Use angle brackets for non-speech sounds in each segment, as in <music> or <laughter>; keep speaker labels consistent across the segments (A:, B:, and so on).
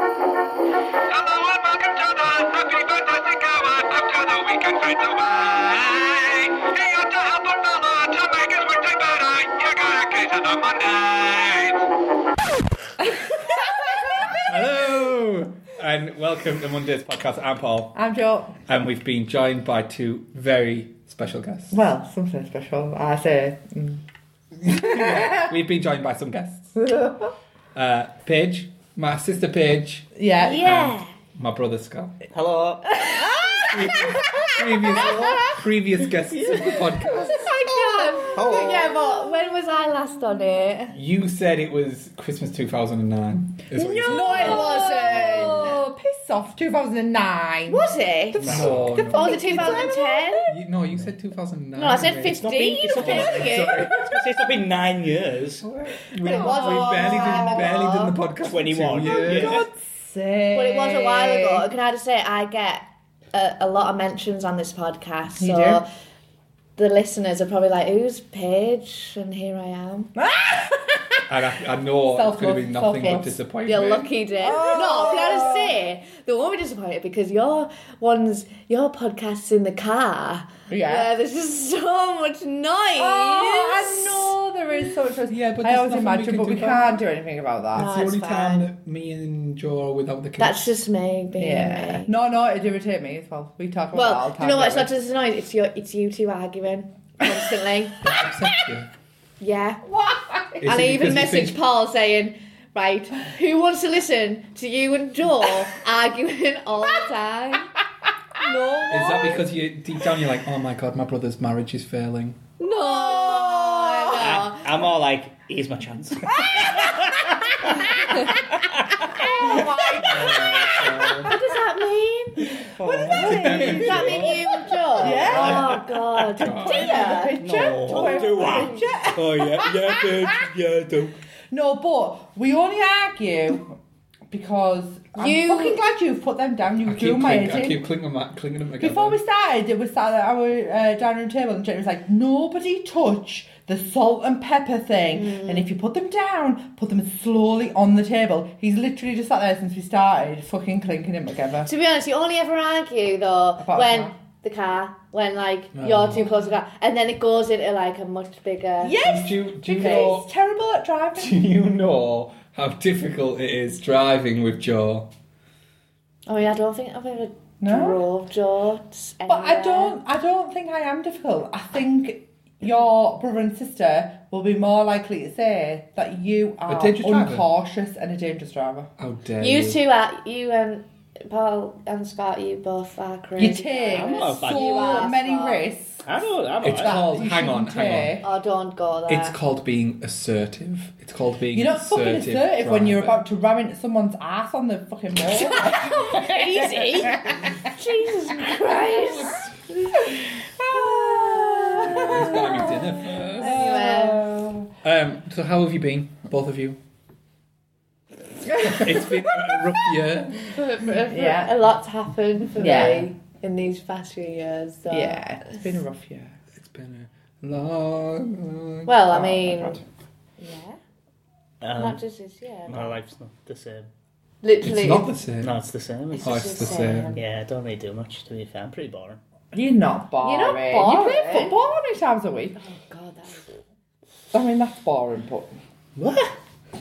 A: Hello and welcome to the Happy Fantastic Hour. Together we can find the way. Here to help with Mama to make his weekday better. You got a case of the Mondays.
B: Hello and welcome to Monday's podcast. I'm Paul,
C: I'm Joe.
B: and we've been joined by two very special
D: <laughs>
B: guests.
C: Well, something special. I say. mm.
B: We've been joined by some guests. Uh, Paige, my sister Paige,
C: Yeah.
D: Yeah.
B: my brother Scott.
E: Hello.
B: <laughs> Previous, previous guests of the podcast.
C: I can.
E: Oh.
C: But yeah, but when was I last on it?
B: You said it was Christmas 2009. Is what you said.
C: No, it
D: Oh.
C: wasn't. Piss off. 2009.
D: Was it?
B: No, Oh, no.
D: Or was it 2010?
B: You, no, you said 2009.
D: No, I said
B: Paige.
D: 15.
E: been- it's not been-
B: Sorry.
E: It's not been nine years.
C: Oh,
B: We, we
D: was a
B: barely, did,
D: while
B: barely
D: ago.
B: done the podcast. for
E: 21.
B: two years.
E: Yeah.
C: God's sake.
D: Well, it was a while ago. Can I just say, I get a, a lot of mentions on this podcast. So
C: You do?
D: the listeners are probably like, who's Paige? And here I am.
B: And I, I know it's going to be nothing
C: Self-love,
B: but
C: self-love.
B: disappointment.
D: You're lucky, Jim. No, can I
C: Oh.
D: just say, they won't be disappointed because your one's, your podcast's in the car.
C: Yeah.
D: Where there's just so much noise.
C: Oh, I know there is so much. noise.
B: Yeah, but
C: I
B: there's
C: always
B: nothing
C: imagine,
B: we can
C: but
B: do
C: we
B: about
C: can't do anything about
B: It's
C: that.
B: the
D: That's
B: only time
D: fine.
B: that me and Joe are without the kids.
D: That's just me being
C: Yeah.
D: me.
C: No, no, it irritates me as well. We talk about that all
D: Well,
C: the
D: you
C: time.
D: know what? It's not
C: don't we?
D: just the noise. It's your, it's you two arguing
B: <laughs>
D: constantly.
B: upset
D: <laughs>
B: you.
D: yeah,
C: Why?
B: Is
D: and I
B: it
D: even
B: because you
D: messaged
B: think-
D: Paul saying, "Right, who wants to listen to you and
B: <laughs>
D: Joel arguing all the time?"
C: No.
B: Is that because you deep down you're like, oh my god, my brother's marriage is failing?
D: No,
B: Oh
D: no.
E: I, am all like, here's
C: <laughs>
E: my chance.
D: What does that mean?
C: <laughs>
D: Does that mean you and Joel?
C: Yeah.
D: Oh God.
B: <laughs>
C: Yeah.
D: Dear.
C: Picture.
E: do I? Oh yeah, yeah, bitch, yeah, do.
C: No, but we only argue because
D: You-
C: I'm fucking glad you've put them down. You
B: I
C: do
B: keep,
C: my
B: cling, I
C: editing.
B: keep clinging, my, clinging them together.
C: Before we started, it was sat at our uh, dining room table, and Jenny was like, "Nobody touch the salt and pepper thing,
B: Mm.
C: and if you put them down, put them slowly on the table." He's literally just sat there since we started, fucking clinking him together.
D: To be honest, you only ever argue though
C: About
D: when
C: the car.
D: the car, when like you're too close to the car, and then it goes into like a much bigger.
C: Yes,
B: Do you- do you
C: because
B: know-
C: he's terrible at driving.
B: Do you know how difficult it is driving with Joe?
D: Oh yeah, I don't think I've ever
C: No?
D: drove Jorts.
C: But I don't. I don't think I am difficult. I think your brother and sister will be more likely to say that you are
B: dangerous driver.
C: uncautious and a dangerous driver.
B: How dare you?
D: You two are you and Paul and Scott. You both are crazy.
C: You take
E: I'm not a bad
C: so
D: driver.
C: many risks.
E: I don't. I'm
B: It's
C: that
E: all right.
B: called.
C: you
B: Hang on,
C: shouldn't
B: hang
C: take.
D: Oh, don't go there.
B: It's called being assertive. It's called being.
C: You're not fucking
B: assertive
C: assertive when you're
B: driver.
C: about to ram into someone's ass on the fucking road.
D: <laughs>
C: <laughs>
D: easy. Jesus Christ.
B: It's gotta be
D: <laughs>
B: dinner first.
D: Anyway,
C: Oh,
B: Um, so how have you been, both of you? it's been a rough year.
C: Yeah.
D: yeah, a lot's happened for
C: Yeah.
D: me in these past few years. So.
C: yeah, it's been a rough year.
B: It's been a long.
D: Well,
C: Oh,
D: I
C: my
D: mean,
C: God.
D: yeah,
E: Um,
D: not just this year.
E: my life's not the same.
D: Literally,
B: It's not the same.
E: No, it's the same. It's
B: Oh,
E: just,
B: it's the same.
E: yeah, I don't really do much. To be fair, I'm pretty boring.
C: You're not boring.
D: not
C: You play
D: boring.
C: football how many times a week?
D: Oh God, that was <laughs>
C: I mean, that's boring, but.
E: What?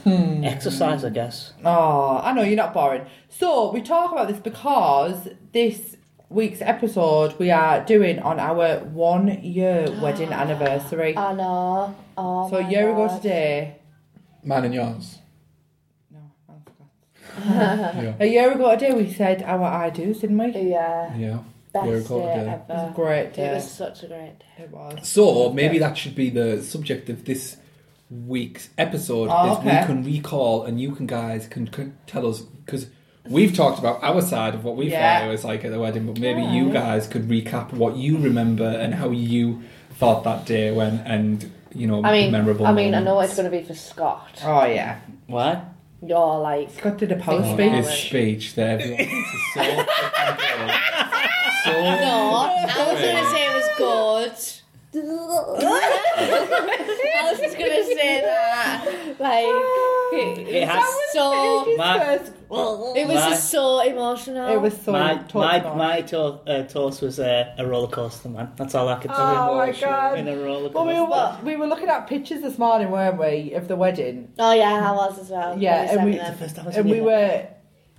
C: Hmm.
E: Exercise, I guess.
C: Oh, I know you're not boring. So we talk about this because this week's episode we are doing on our one year wedding anniversary.
D: I know. Oh,
C: so a
D: my
C: year ago
D: God.
C: today.
B: Mine and yours.
C: No, I forgot.
D: Uh-huh.
B: Yeah.
C: A year ago today we said our I do's, didn't we? It
D: Yeah,
B: Yeah.
D: best
B: Year
D: year
B: ago today.
C: Uh, was a
D: ever.
C: great day.
D: It was such a great day.
C: It was.
B: So maybe that should be the subject of this week's episode.
C: Oh,
B: is
C: okay.
B: we can recall, and you can guys can, can tell us because we've talked about our side of what we
C: Yeah.
B: thought it was like at the wedding, but maybe you guys could recap what you remember and how you thought that day went, and you know,
D: I mean,
B: memorable.
D: I mean, I know
B: moments.
D: it's going to be for Scott.
C: Oh yeah.
E: Why?
D: You're like,
C: Scott did a power
D: Oh,
C: speech.
D: yeah.
B: His speech that everyone thinks is so
D: <laughs>
B: fucking good. So <laughs>
D: <laughs> no, I was going to say it was good. I was just gonna say
C: <laughs>
D: that. Like, it,
E: It has-
D: so.
E: My-
C: First,
D: It was just so emotional.
C: it was so
E: my
C: talked
E: my
C: about.
E: my to- uh, toast was a, a roller coaster, man. That's all I could tell you.
C: Oh my
E: Emotion
C: God.
E: In a roller
C: Well,
E: coaster.
C: we were, we were looking at pictures this morning, weren't we, of the wedding?
D: Oh yeah, I was as well.
C: Yeah,
D: You
C: and
D: sent
C: we-
D: me
E: It's the
D: them.
E: first time I've
C: And
E: seen
C: we
E: it.
C: were.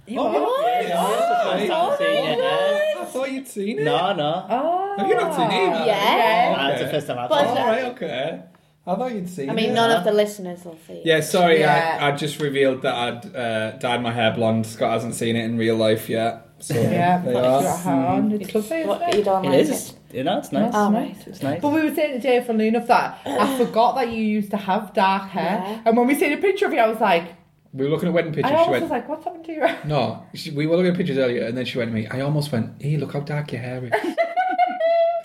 C: You
B: Oh,
C: were?
E: Yeah, it's the first time Oh, I've seen it, yeah.
B: I thought you'd seen it.
C: <laughs>
E: No, no.
C: Oh.
B: Have you not seen either?
D: Yeah.
E: Nah, it's the
B: Okay.
E: first time I've
D: But-
E: seen
B: All
E: it.
B: Oh, right, okay. I thought you'd seen
D: I
B: it.
D: mean, none of the listeners will see. it.
B: Yeah, sorry,
C: Yeah.
B: I, I just revealed that I'd uh, dyed my hair blonde. Scott hasn't seen it in real life yet. So
C: Yeah,
B: they
C: put
B: are.
C: your hand. It's lovely, isn't
D: What,
C: it?
D: you don't
E: It
D: like
E: is. You know, it's nice.
D: Oh,
C: nice.
E: It's nice.
C: But we were saying today, funnily enough, that I forgot that you used to have dark hair.
D: Yeah.
C: And when we seen a picture of you, I was like,
B: We were looking at wedding
C: I
B: pictures. She
C: almost
B: went,
C: was like, what's happened to you?
B: No, she, we were looking at pictures earlier, and then she went to me. I almost went, "Hey, look how dark your
C: <laughs>
B: hair is."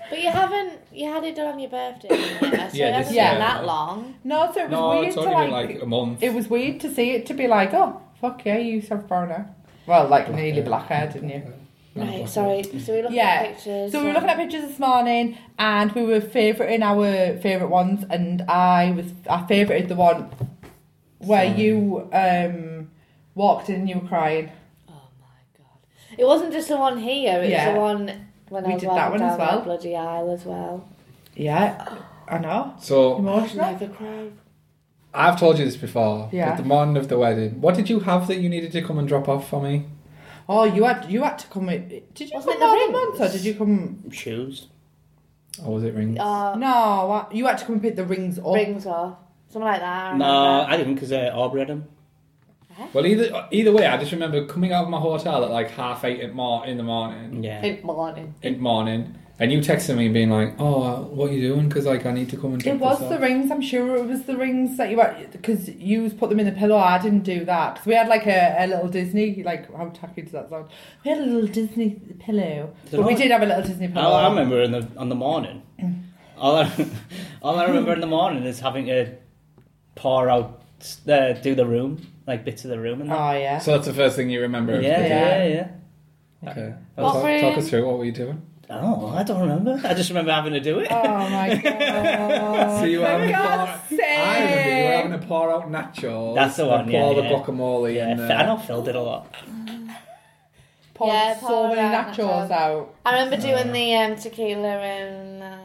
D: But you haven't. You had it on your birthday. didn't you? So
B: Yeah,
D: it
B: this
D: hasn't
C: year.
D: been that long.
C: <laughs> No, so it was
B: no,
C: weird
B: it's
C: to
B: only
C: like,
B: been like a month.
C: It was weird to see it to be like, oh, fuck yeah, you used to have brown hair. Well, like
B: Black
C: nearly
B: hair.
C: black hair, didn't you?
B: No,
D: Right.
B: black hair.
D: Sorry. So we looked
C: Yeah.
D: at pictures.
C: So we were
D: and-
C: looking at pictures this morning, and we were favouring our favourite ones, and I was I favoured the one where
B: Sorry.
C: you um walked in and you were crying.
D: Oh my god! It wasn't just the one here. It was
C: Yeah.
D: the one when
C: We
D: I was
C: did that
D: walking
C: one
D: down
C: as
D: that
C: well.
D: bloody aisle as well.
C: Yeah, I know.
B: So
C: Emotional.
D: Never cried.
B: I've told you this before.
C: Yeah.
B: But the morning of the wedding, what did you have that you needed to come and drop off for me?
C: Oh, you had you had to come. in- Did you
D: Wasn't it
C: come
D: the
C: more than
D: rings?
C: once, or did you come?
E: Shoes.
B: Or was it rings?
D: Uh,
C: No, I- you had to come and pick the rings up.
D: Rings off. Something like that. I remember.
E: No, I didn't because uh, Aubrey had 'em.
B: Well, either either way, I just remember coming out of my hotel at like half eight at mor- in the morning,
E: Yeah.
D: In morning.
B: in the morning, and you texted me being like, "Oh, what are you doing?" Because like I need to come and. drop
C: It was
B: this
C: the
B: off."
C: rings. I'm sure it was the rings that you had because you put them in the pillow. I didn't do that because we had like a, a little Disney. Like how tacky does that sound? We had a little Disney pillow,
E: Did
C: but we
E: I?
C: did have a little Disney
B: Oh,
C: pillow.
E: All I remember in the on the morning, all I, <laughs> all I remember in the morning is having to pour out, uh, do the room like bits of the room and that.
C: Oh
B: <laughs>
C: yeah.
B: So that's the first thing you remember.
E: yeah,
B: of the
E: yeah,
B: day.
E: yeah,
C: Yeah.
B: Okay.
E: What
B: talk,
D: room?
B: talk us through what were you doing?
E: Oh, I don't remember. I just remember having to do it.
C: oh
B: <laughs>
C: my god.
B: So you were
C: For
B: having a
C: God's
B: pour- I remember you were
C: sake.
B: having to pour out nachos.
E: That's the one,
B: And pour
E: yeah,
B: the
E: yeah.
B: guacamole
E: <laughs> yeah,
B: and uh, the,
E: I know Phil did a lot.
C: Poured
D: Yeah,
C: so
D: poured
C: many
D: out
C: nachos
D: nachos.
C: out.
D: I remember doing the um, tequila and uh,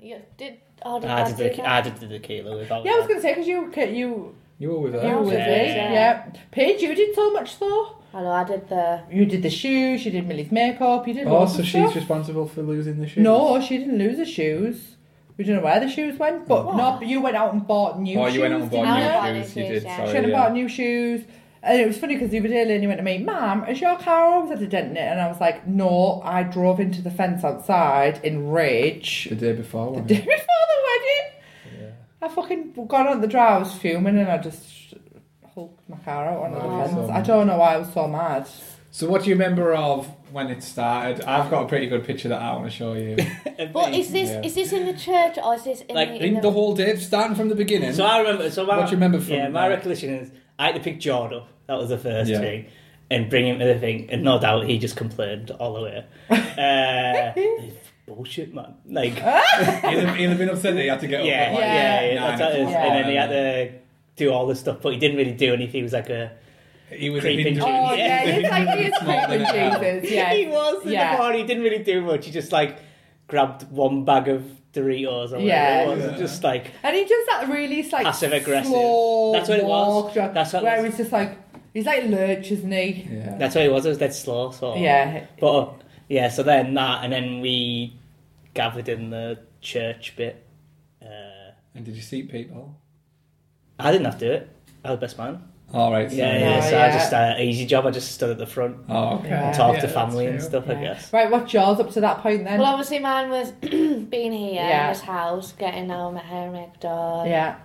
D: you did. Oh, did
E: I
D: I
E: did
D: do
E: the
D: that?
E: I did the tequila with that.
C: Yeah, I was gonna say because you you
B: You were with
C: you were
B: us.
C: with
E: Yeah.
C: it.
D: Yeah.
C: Yeah, Paige, you did so much though.
D: I know I did the.
C: You did the shoes. You did Millie's makeup. You did.
B: Oh,
C: lots
B: so
C: of
B: she's
C: stuff.
B: responsible for losing the shoes.
C: No, she didn't lose her shoes. We don't know where the shoes went, but no, but you went out and bought new
B: Oh,
C: shoes.
B: you went out and
D: didn't
B: bought
D: you?
B: new shoes. You did.
D: Yeah.
B: Sorry.
C: She went and
B: yeah.
C: bought new shoes. And it was funny because the other day Lenny went to me, Mum, is your car always at a dent in it? And I was like, No, I drove into the fence outside in rage
B: the day before.
C: <laughs> the
B: wasn't
C: day
B: it?
C: before the
B: Yeah.
C: wedding. I fucking got on the drive, I was fuming, and I just hulked my car out on
B: Oh.
C: the fence. I don't know why I was so mad.
B: So what do you remember of when it started? I've got a pretty good picture that I want to show
E: <laughs>
B: you.
D: But is this
B: Yeah.
D: is this in the church or is this in
E: Like,
D: the?
B: In the whole day, starting from the beginning.
E: So I remember. So my,
B: What do you remember from
E: Yeah, my
B: that?
E: recollection is I had to pick Jord up. That was the first
B: Yeah.
E: thing, and bring him to the thing. And no doubt he just complained all
B: <laughs>
E: the way. Uh, it's bullshit, man. Like, yeah,
B: <laughs> he'd, have, he'd have been upset that he had to get
E: yeah,
B: up. at, like,
E: yeah,
B: nine
E: that's how it is.
B: o'clock.
E: And then he had to do all this stuff, but he didn't really do anything. He was like a
B: He was a
E: Creeping
B: hindrance.
E: Jews.
C: Oh, <laughs> yeah,
E: Yeah.
C: it's like it's
B: <laughs> More than an hour.
C: Jesus. Yeah.
E: <laughs> he was in
C: Yeah.
E: the morning. He didn't really do much. He just like grabbed one bag of Doritos. Or
C: Yeah.
E: yeah, it was and just like
C: And he does that really like
E: Passive aggressive.
C: slow
E: That's what it was.
C: walk, dra-
E: That's what it
C: where
E: was.
C: he's just like he's like lurch, isn't he?
B: Yeah.
E: that's what he was. It was dead slow. So
C: Yeah.
E: But uh, yeah, so then that, and then we gathered in the church bit. Uh,
B: And did you see people?
E: I didn't have to do it. I was best man.
B: All right.
E: Yeah,
B: sorry.
E: yeah.
C: Yeah,
E: so I
C: yeah.
E: just uh, easy job. I just stood at the front
B: Oh, okay.
E: and
C: Yeah.
E: talked to
B: that's
E: family and
B: true.
E: stuff. I
C: Yeah.
E: guess.
C: Right, what's yours up to that point then?
D: Well, obviously mine was <clears throat> being here
C: Yeah.
D: in this house, getting all my hair maked up,
C: yeah,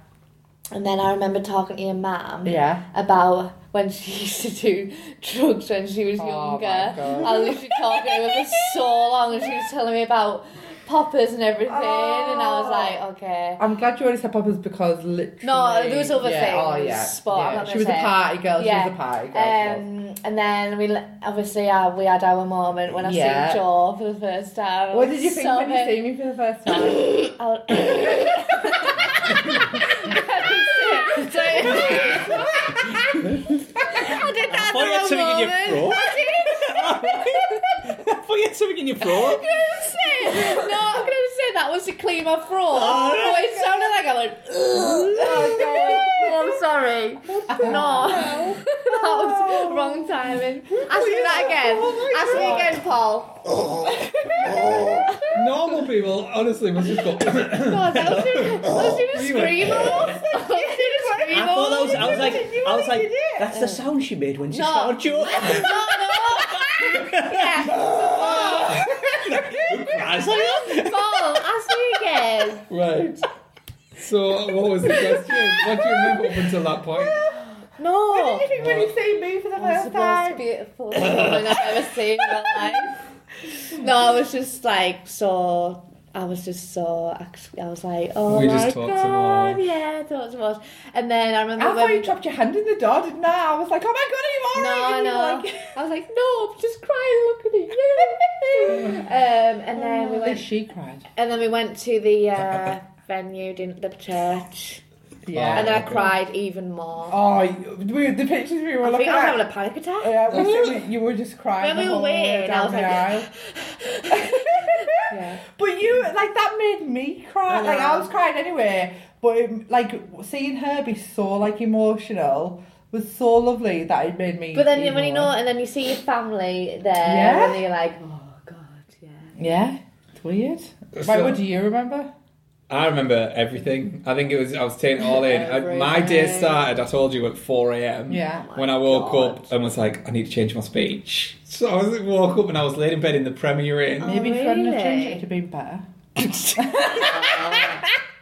D: and then I remember talking to your mum.
C: yeah.
D: about when she <laughs> used to do drugs when she was
C: Oh, my
D: younger.
C: God.
D: I was literally talking to her for so long, and she was telling me about poppers and everything, and I
C: Oh.
D: was like, okay.
C: I'm glad you already said poppers because literally.
D: No, there was other
C: yeah,
D: things,
C: Oh yeah,
D: but I'm not
C: yeah. She
D: gonna
C: was a
D: say it.
C: party girl.
D: Yeah.
C: She was a party girl. she was.
D: Um, and then we le- obviously uh, we had our moment when I
C: Yeah.
D: seen Joe for the first time.
C: what did you think when you
D: Sobbing. <laughs>
C: see me for the first time?
D: I was-
E: <laughs> before.
D: Can I <laughs> just say? No, can I just say that was to clean my fraud? but it sounded like I went. oh, I'm sorry. No, <laughs> that was wrong timing. Ask me that again. Ask me again, Paul.
B: Normal people, honestly, must just go. <coughs>
D: God, that was doing, that was doing a
B: You went-
D: screamo. <laughs> That was doing a
E: I thought that was.
D: screamo.
E: I was like, I was like, that's the sound she made when she started
D: No,
E: joking.
D: no. Yeah,
E: I was like, <laughs>
D: Paul, ask me again.
B: right. So, what was the question? What do you remember up until that point?
D: No.
C: Did you really see me for the
D: It's the
C: first
D: most
C: time?
D: beautiful thing I've ever seen in my life. No, I was just like so. I was just so. actually- I was like, oh
B: We
D: my
B: just talked too
D: god,
B: much.
D: yeah, talked too much. And then I remember
C: I
D: when.
C: thought you dropped your hand in the door, didn't I? I was like, oh my god,
D: no,
C: are you
D: no.
C: alright? And you were
D: I was like, no, I'm just crying. Look at you. um, <laughs> and then we
C: Like,
D: went.
C: she cried.
D: And then we went to the uh, venue, didn't the church?
C: Yeah.
D: And then I
B: Okay.
D: cried even more.
C: Oh, you- we, the pictures we were
D: I
C: looking
D: think I was
C: at. Uh,
D: having a panic attack.
C: yeah, we
D: <laughs>
C: said you were just crying.
D: When
C: the
D: we were
C: whole way
D: waiting, I
C: down
D: was
C: the
D: like-
C: aisle.
D: <laughs> Yeah.
C: <laughs> But you like that made me cry. Like I was crying anyway, but it, like seeing her be so like emotional was so lovely that it made me.
D: But then
C: even
D: when you
C: more.
D: know, and then you see your family there,
C: Yeah.
D: and you're like, oh god, yeah.
C: yeah, it's weird. right,
B: So-
C: what do you remember?
B: I remember everything. I think it was I was taking it all in. I, my day
D: Everything.
B: started. I told you at four a.m.
E: Mm.
C: Yeah.
B: When I woke
D: God.
B: up and was like, I need to change my speech. So I was, woke up and I was laid in bed in the premiere inn.
D: Oh,
C: Maybe if you hadn't have
D: really?
C: changed it, it'd have been better.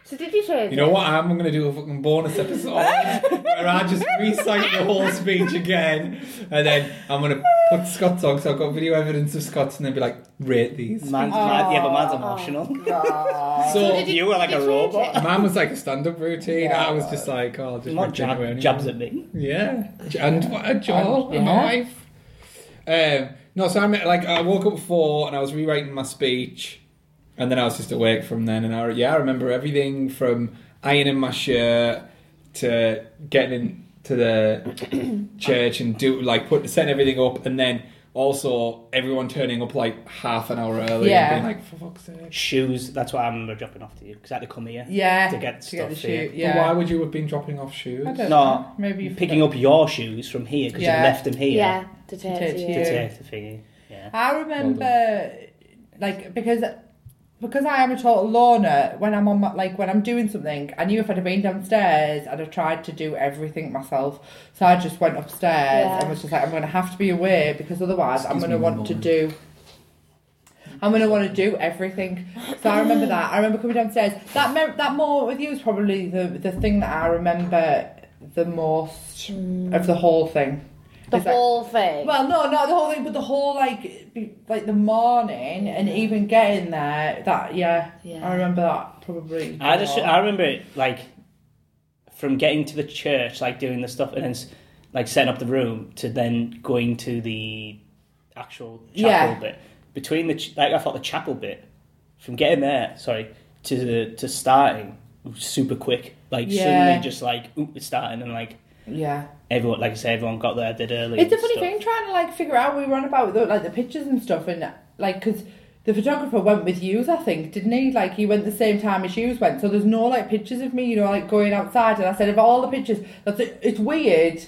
D: So did you change?
B: You know what? I'm going to do a fucking
D: <laughs>
B: bonus episode where I just recite the whole speech again, and then I'm going to put Scott's on. So I've got video evidence of Scott's, and then be like, rate these.
E: man's mad. Yeah, but man's emotional.
D: So
B: So
D: did
E: You were like
D: did
E: a
D: you change
E: robot.
D: it?
B: mine was like a stand-up routine.
C: Yeah,
B: I was
C: it
B: just like, oh, I'll just
E: Not
B: make dinner anyway.
E: jab, jabs at me.
B: Yeah, and what a job in
C: Yeah.
B: my life. Um, no, so I'm like I woke up at four and I was rewriting my speech, and then I was just awake from then. And I yeah, I remember everything from ironing my shirt to getting into
C: <coughs>
B: the church and do like put setting everything up, and then also everyone turning up like half an hour early.
C: Yeah.
B: and being like for fuck's sake.
E: Shoes. That's what I remember dropping off to you because I had to come here.
C: Yeah,
E: To get stuff
C: the
E: here.
C: shoot,
E: But
B: But why
C: Yeah,
B: would you have been dropping off shoes?
C: I don't
E: No,
C: know. maybe you
E: picking up your shoes from here because
C: Yeah.
E: you left them here
D: Yeah, to take
C: take
D: it
C: to
D: to
E: to
D: you.
C: you.
E: take the thingy. Yeah.
C: I remember, like, because because I am a total loner. When I'm on, my, like, when I'm doing something, I knew if I'd have been downstairs, I'd have tried to do everything myself. So I just went upstairs
D: Yeah.
C: and was just like, I'm going to have to be away because otherwise, I'm
B: Excuse
C: going to
B: me one
C: want to
B: moment.
C: do. I'm gonna want to do everything, so I remember that. I remember coming downstairs. That me- that moment with you was probably the the thing that I remember the most of the whole thing.
D: The
C: Is that-
D: whole thing.
C: well, no, not the whole thing, but the whole like, be, like the morning and even getting there. That yeah,
D: Yeah.
C: I remember that probably.
E: I just
C: more.
E: I remember it like from getting to the church, like doing the stuff, and then s- like setting up the room to then going to the actual chapel
C: Yeah.
E: bit. Between the ch- like I thought the chapel bit from getting there, sorry, to the to starting was super quick. Like
C: Yeah.
E: suddenly, just like oop, it's starting, and like
C: yeah.
E: everyone, like I said, everyone got there did early.
C: It's a
E: and
C: funny
E: stuff.
C: thing trying to like figure out we were on about the, like the pictures and stuff and like because the photographer went with you, I think, didn't he? Like he went the same time as you went, so there's no like pictures of me, you know, like going outside. And I said, of all the pictures, that's it. it's weird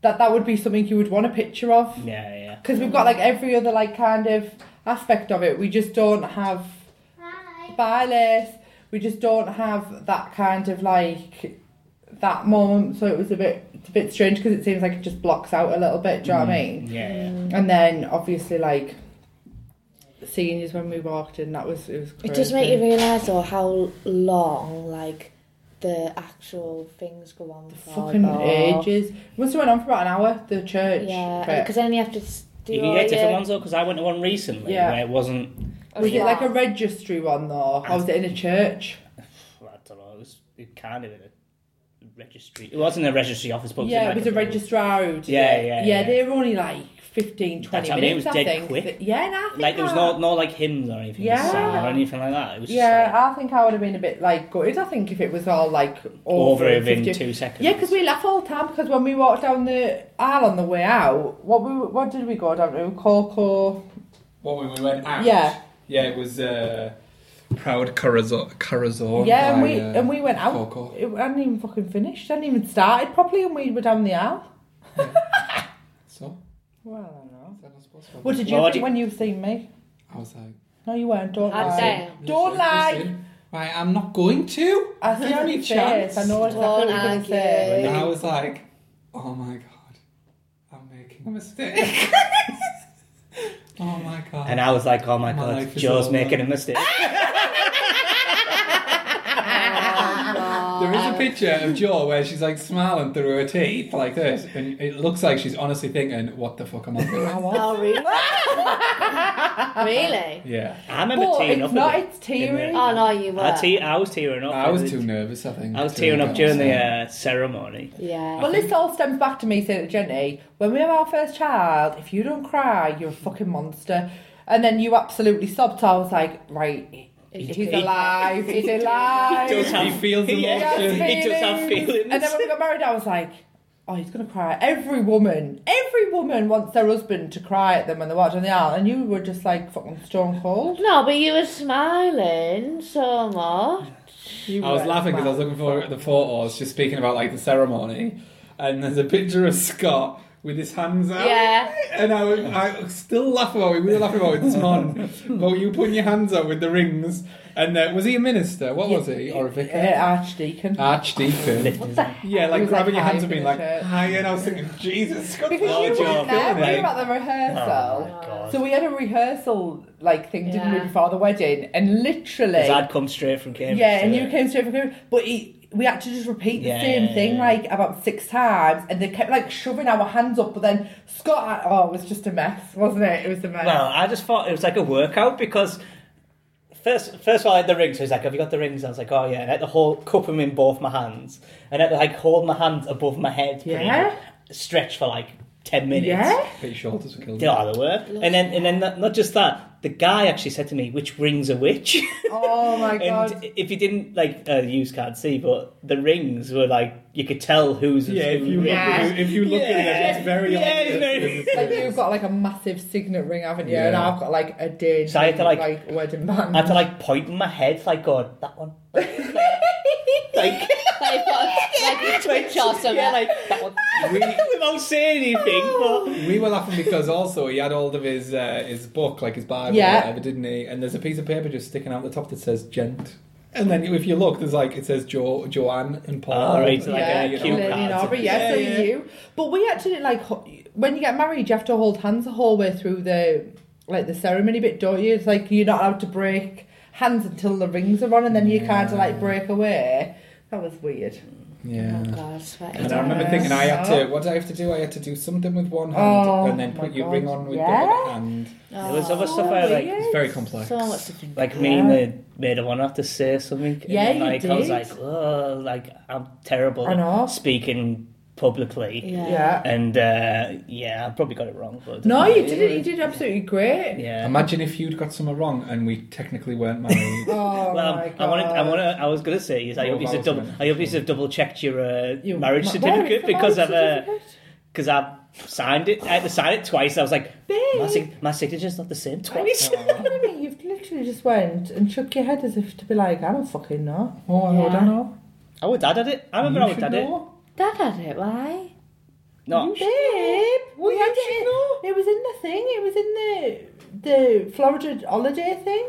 C: that that would be something you would want a picture of.
E: Yeah, yeah.
C: because we've got like every other like kind of aspect of it. We just don't have bye Liz. We just don't have that kind of like that moment. So it was a bit it's a bit strange because it seems like it just blocks out a little bit. Do you know what
D: Mm.
C: I mean?
E: Yeah, yeah.
C: And then obviously like seeing is when we walked in. That was it was. Crazy.
D: It does make you realise though how long like the actual things go on for.
C: fucking
D: though.
C: ages. Must have went on for about an hour. The church.
D: Yeah,
C: bit.
D: because then you have to s- do
E: You can
D: all
E: get different
D: your-
E: ones though, because I went to one recently
C: Yeah.
E: where it wasn't.
C: was it
D: Yeah.
C: like a registry one though, or was it in a church?
E: Well, I don't know. It was it kind of in a registry. It wasn't a registry office, but
C: Yeah, it
E: was
C: was a
E: in like
C: registrar who did
E: Yeah,
C: it.
E: yeah,
C: Yeah,
E: yeah.
C: they were only like 15, 20
E: That's- I mean, it
C: minutes,
E: was
C: I,
E: dead
C: think.
E: quick.
C: Th- Yeah, and I think
E: Like there was
C: I-
E: no no like hymns or anything.
C: Yeah.
E: sang or anything like that. It was just
C: Yeah,
E: like,
C: I think I would have been a bit like gutted, I think, if it was all like
E: over
C: over,
E: within
C: 50.
E: two seconds.
C: Yeah, because we laugh all the time because when we walked down the aisle on the way out, what we what did we go down to? Coco.
B: What when we went out?
C: Yeah.
B: Yeah, it was uh, Proud Corazon. Corazon
C: yeah, and
B: by,
C: we
B: uh,
C: and we went out.
B: Coco.
C: It, I hadn't even fucking finished. I hadn't even started properly, and we were down the aisle.
B: So,
C: Well, I don't know.
B: is that not supposed to
C: What did you
E: Well, what
C: think
E: do-
C: when you seen me?
B: I was like,
C: No, you weren't. Don't
D: How
C: lie.
D: dare you.
C: Don't
B: Listen,
C: lie.
B: listen. Right, I'm not going to.
C: I
B: Give
C: see on
B: me a
C: your face. I know exactly what
D: Don't
C: you're going to
D: argue.
C: say.
B: And I was like, oh my god, I'm making a mistake. <laughs> oh my god.
E: And I was like, oh my,
B: My
E: god,
B: life is
E: Joe's
B: over.
E: making a mistake.
D: <laughs>
B: there
C: Uh,
B: is a picture of Joe where she's like smiling through her teeth like this, and it looks like she's honestly thinking, "What the fuck am I
C: <laughs>
B: doing?"
D: Oh, really? really?
B: yeah,
E: I remember
C: But
E: tearing
C: it's
E: up. a
C: not.
E: bit.
C: It's teary.
E: Didn't
D: Oh, no, you were.
E: I, te- I was tearing up.
B: I was
E: It
B: too nervous. I think
E: I was
B: to
E: tearing up
B: go
E: during the
B: outside.
E: uh, ceremony.
D: Yeah.
C: Well, this all stems back to me saying to Jenny, when we have our first child, if you don't cry, you're a fucking monster. And then you absolutely sobbed. So I was like, right, he's
D: He-
B: <laughs>
C: alive, he's alive.
B: does have- He feels
E: <laughs> yeah,
B: emotion.
E: He does have
C: feelings.
E: feelings.
C: And then when we got married, I was like, oh, he's going to cry. Every woman, every woman wants their husband to cry at them when they walk down the aisle. And you were just like fucking stone cold.
D: No, but you were smiling so much.
C: You
B: I was
C: were
B: laughing because I was
C: mad.
B: looking for the photos, just speaking about like the ceremony, and there's a picture of Scott with his hands out.
D: Yeah.
B: And I, was- I still laugh about it. We were laughing about it this morning.
C: <laughs>
B: But you putting your hands out with the rings, and uh, was he a minister? What was he? Or a vicar? Uh,
C: Yeah, archdeacon.
B: Archdeacon.
D: What the hell?
B: Yeah,
C: He
B: like
C: was,
B: grabbing your
C: like,
B: hands and
C: high
B: being
C: for
B: like,
C: the church.
B: hi, and I was thinking, Jesus,
C: <laughs>
B: Scott,
C: Because
E: Oh,
C: you
E: Joe,
C: weren't there,
E: come on,
C: we
E: mate.
C: were at the rehearsal.
E: Oh my god.
C: So we had a rehearsal like thing, didn't we,
D: Yeah.
C: before the wedding? And
E: 'Cause
C: literally,
E: I'd come straight from Cambridge.
C: yeah, and
E: to-
C: you came straight from Cambridge, but he, we had to just repeat the
E: Yeah,
C: same
E: yeah,
C: thing
E: yeah.
C: like about six times, and they kept like shoving our hands up. But then Scott, oh, it was just a mess, wasn't it? It was a mess.
E: Well, I just thought it was like a workout because first, first of all, I had the rings. So he's like, "Have you got the rings?" I was like, "Oh yeah." And I had to hold, cup them in both my hands, and I had to like hold my hands above my head, pretty
C: Yeah.
E: much, stretch for like ten minutes.
C: yeah,
B: But your shoulders were killed.
E: Did all the work, and then and then not, not just that. The guy actually said to me, "Which rings are which?"
C: oh my god.
E: <laughs> and if you didn't like, uh, you can't see, but the rings were like you could tell who's
B: Yeah, if you,
E: who's-
C: Yeah.
B: Look, if you look at it, it's very
E: Yeah,
B: obvious.
E: it's very-
C: like you've got like a massive signet ring, haven't you? And
B: Yeah.
C: I've got like a day
E: So I had to, like-
C: wedding band.
E: I had
C: <laughs>
E: to like point in my head, like, "God, that one." <laughs> like
D: Like,
E: <laughs>
D: like you twitch or something.
E: Yeah, like that one. <laughs> Without saying anything,
C: Oh.
E: but
B: We were laughing because also he had hold of his uh, his book, like his Bible,
C: Yeah.
B: or whatever, didn't he? And there's a piece of paper just sticking out the top that says "gent." And then if you look, there's like it says jo- Joanne and Paul.
E: Oh, right, so like
C: yeah,
E: a
B: you know.
E: cue
C: Lady
E: card.
C: Nova, yeah,
B: Yeah,
C: so
B: yeah.
C: you. But we actually like ho- when you get married, you have to hold hands the whole way through the like the ceremony bit, don't you? It's like you're not allowed to break hands until the rings are on, and then you kind of like break away. That was weird.
B: Yeah.
D: Oh, God, sweaty.
B: And I remember thinking, I had to. What did I have to do? I had to do something with one hand,
C: Oh,
B: and then
C: my
B: put your
C: God.
B: ring on with the
C: Yeah.
B: other hand.
E: There was
D: Oh,
E: other stuff I like,
C: weird.
B: It's very complex.
D: so much to think
E: like me and the maid of honor have to say something.
C: Yeah,
E: and
C: you
E: like, I was
C: did.
E: like, oh, like I'm terrible
C: I know.
E: at speaking publicly,
D: Yeah.
C: Yeah.
E: and uh, yeah, I probably got it wrong. But
C: No, you did it. You did absolutely great.
E: Yeah.
B: Imagine if you'd got something wrong and we technically weren't married.
C: Oh
E: well,
C: my
E: I'm-
C: god.
E: <laughs> I wanted, I want to, I was gonna say, is I
B: What
E: hope you
B: about
E: have double,
B: that?
E: I hope you have double checked your, uh,
C: You-
E: marriage
C: my-
E: certificate
C: marriage
E: because I've, uh,
C: certificate?
E: because I signed it, I had to sign it twice. I was like, my, sig- my signature's not the same twice.
C: Look at me, You've literally just went and shook your head as if to be like, I don't fucking know. Oh, I
D: Yeah.
C: don't know.
E: our dad had it. I remember
B: You
E: our
B: should
E: dad had it.
B: know.
D: Dad had it, why?
E: No,
C: Babe, we had it. It was in the thing. It was in the the Florida holiday thing.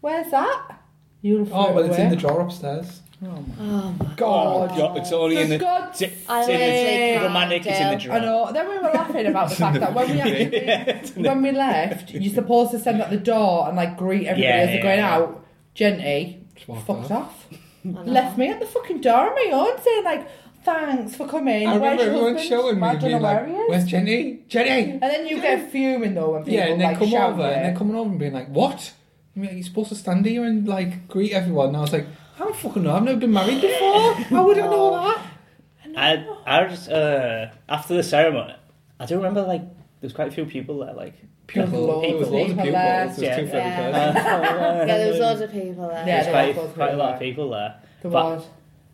C: Where's that? You'll
B: Oh, well, it's in the
C: find
B: drawer upstairs.
D: Oh, my
B: God.
E: Yeah, it's only
C: For
E: in the
C: God's
E: it's
D: I
E: in
D: honestly
E: the
D: can't
E: romantic. It's in the
C: I
E: drawer.
C: know. Then we were laughing about the fact that when
B: <laughs>
C: we actually, when we left, you're supposed to stand at the door and like greet everybody
E: Yeah,
C: as they're going
E: yeah.
C: out. Gently,
B: Just walked
C: fucked off.
D: I know.
C: Left me at the fucking door on my own, saying like, "Thanks for coming."
B: I
C: Where's
B: remember
C: your
B: everyone
C: husband?
B: showing
C: I
B: me,
C: don't know
B: being like,
C: where he is.
B: "Where's Jenny? Jenny!"
C: And then you get fuming though when people
B: Yeah, and they
C: like
B: come
C: shout
B: over,
C: you.
B: and they're coming over and being like, "What? I mean, you're supposed to stand here and like greet everyone." And I was like, "I don't fucking know. I've never been married before. How would I know
C: <laughs>
B: that?"
E: <laughs> I, I just uh, after the ceremony, I do remember like there's quite a few people there. Like,
B: Pupil. It was loads of
C: People
B: pupils.
C: there.
B: It was
E: Yeah.
B: two for every
D: Yeah.
E: <laughs>
B: person.
D: Yeah, there was loads of people there.
C: Yeah.
E: there's quite,
C: there was
E: quite a lot of
C: there.
E: people there.
C: The
E: But-
C: word.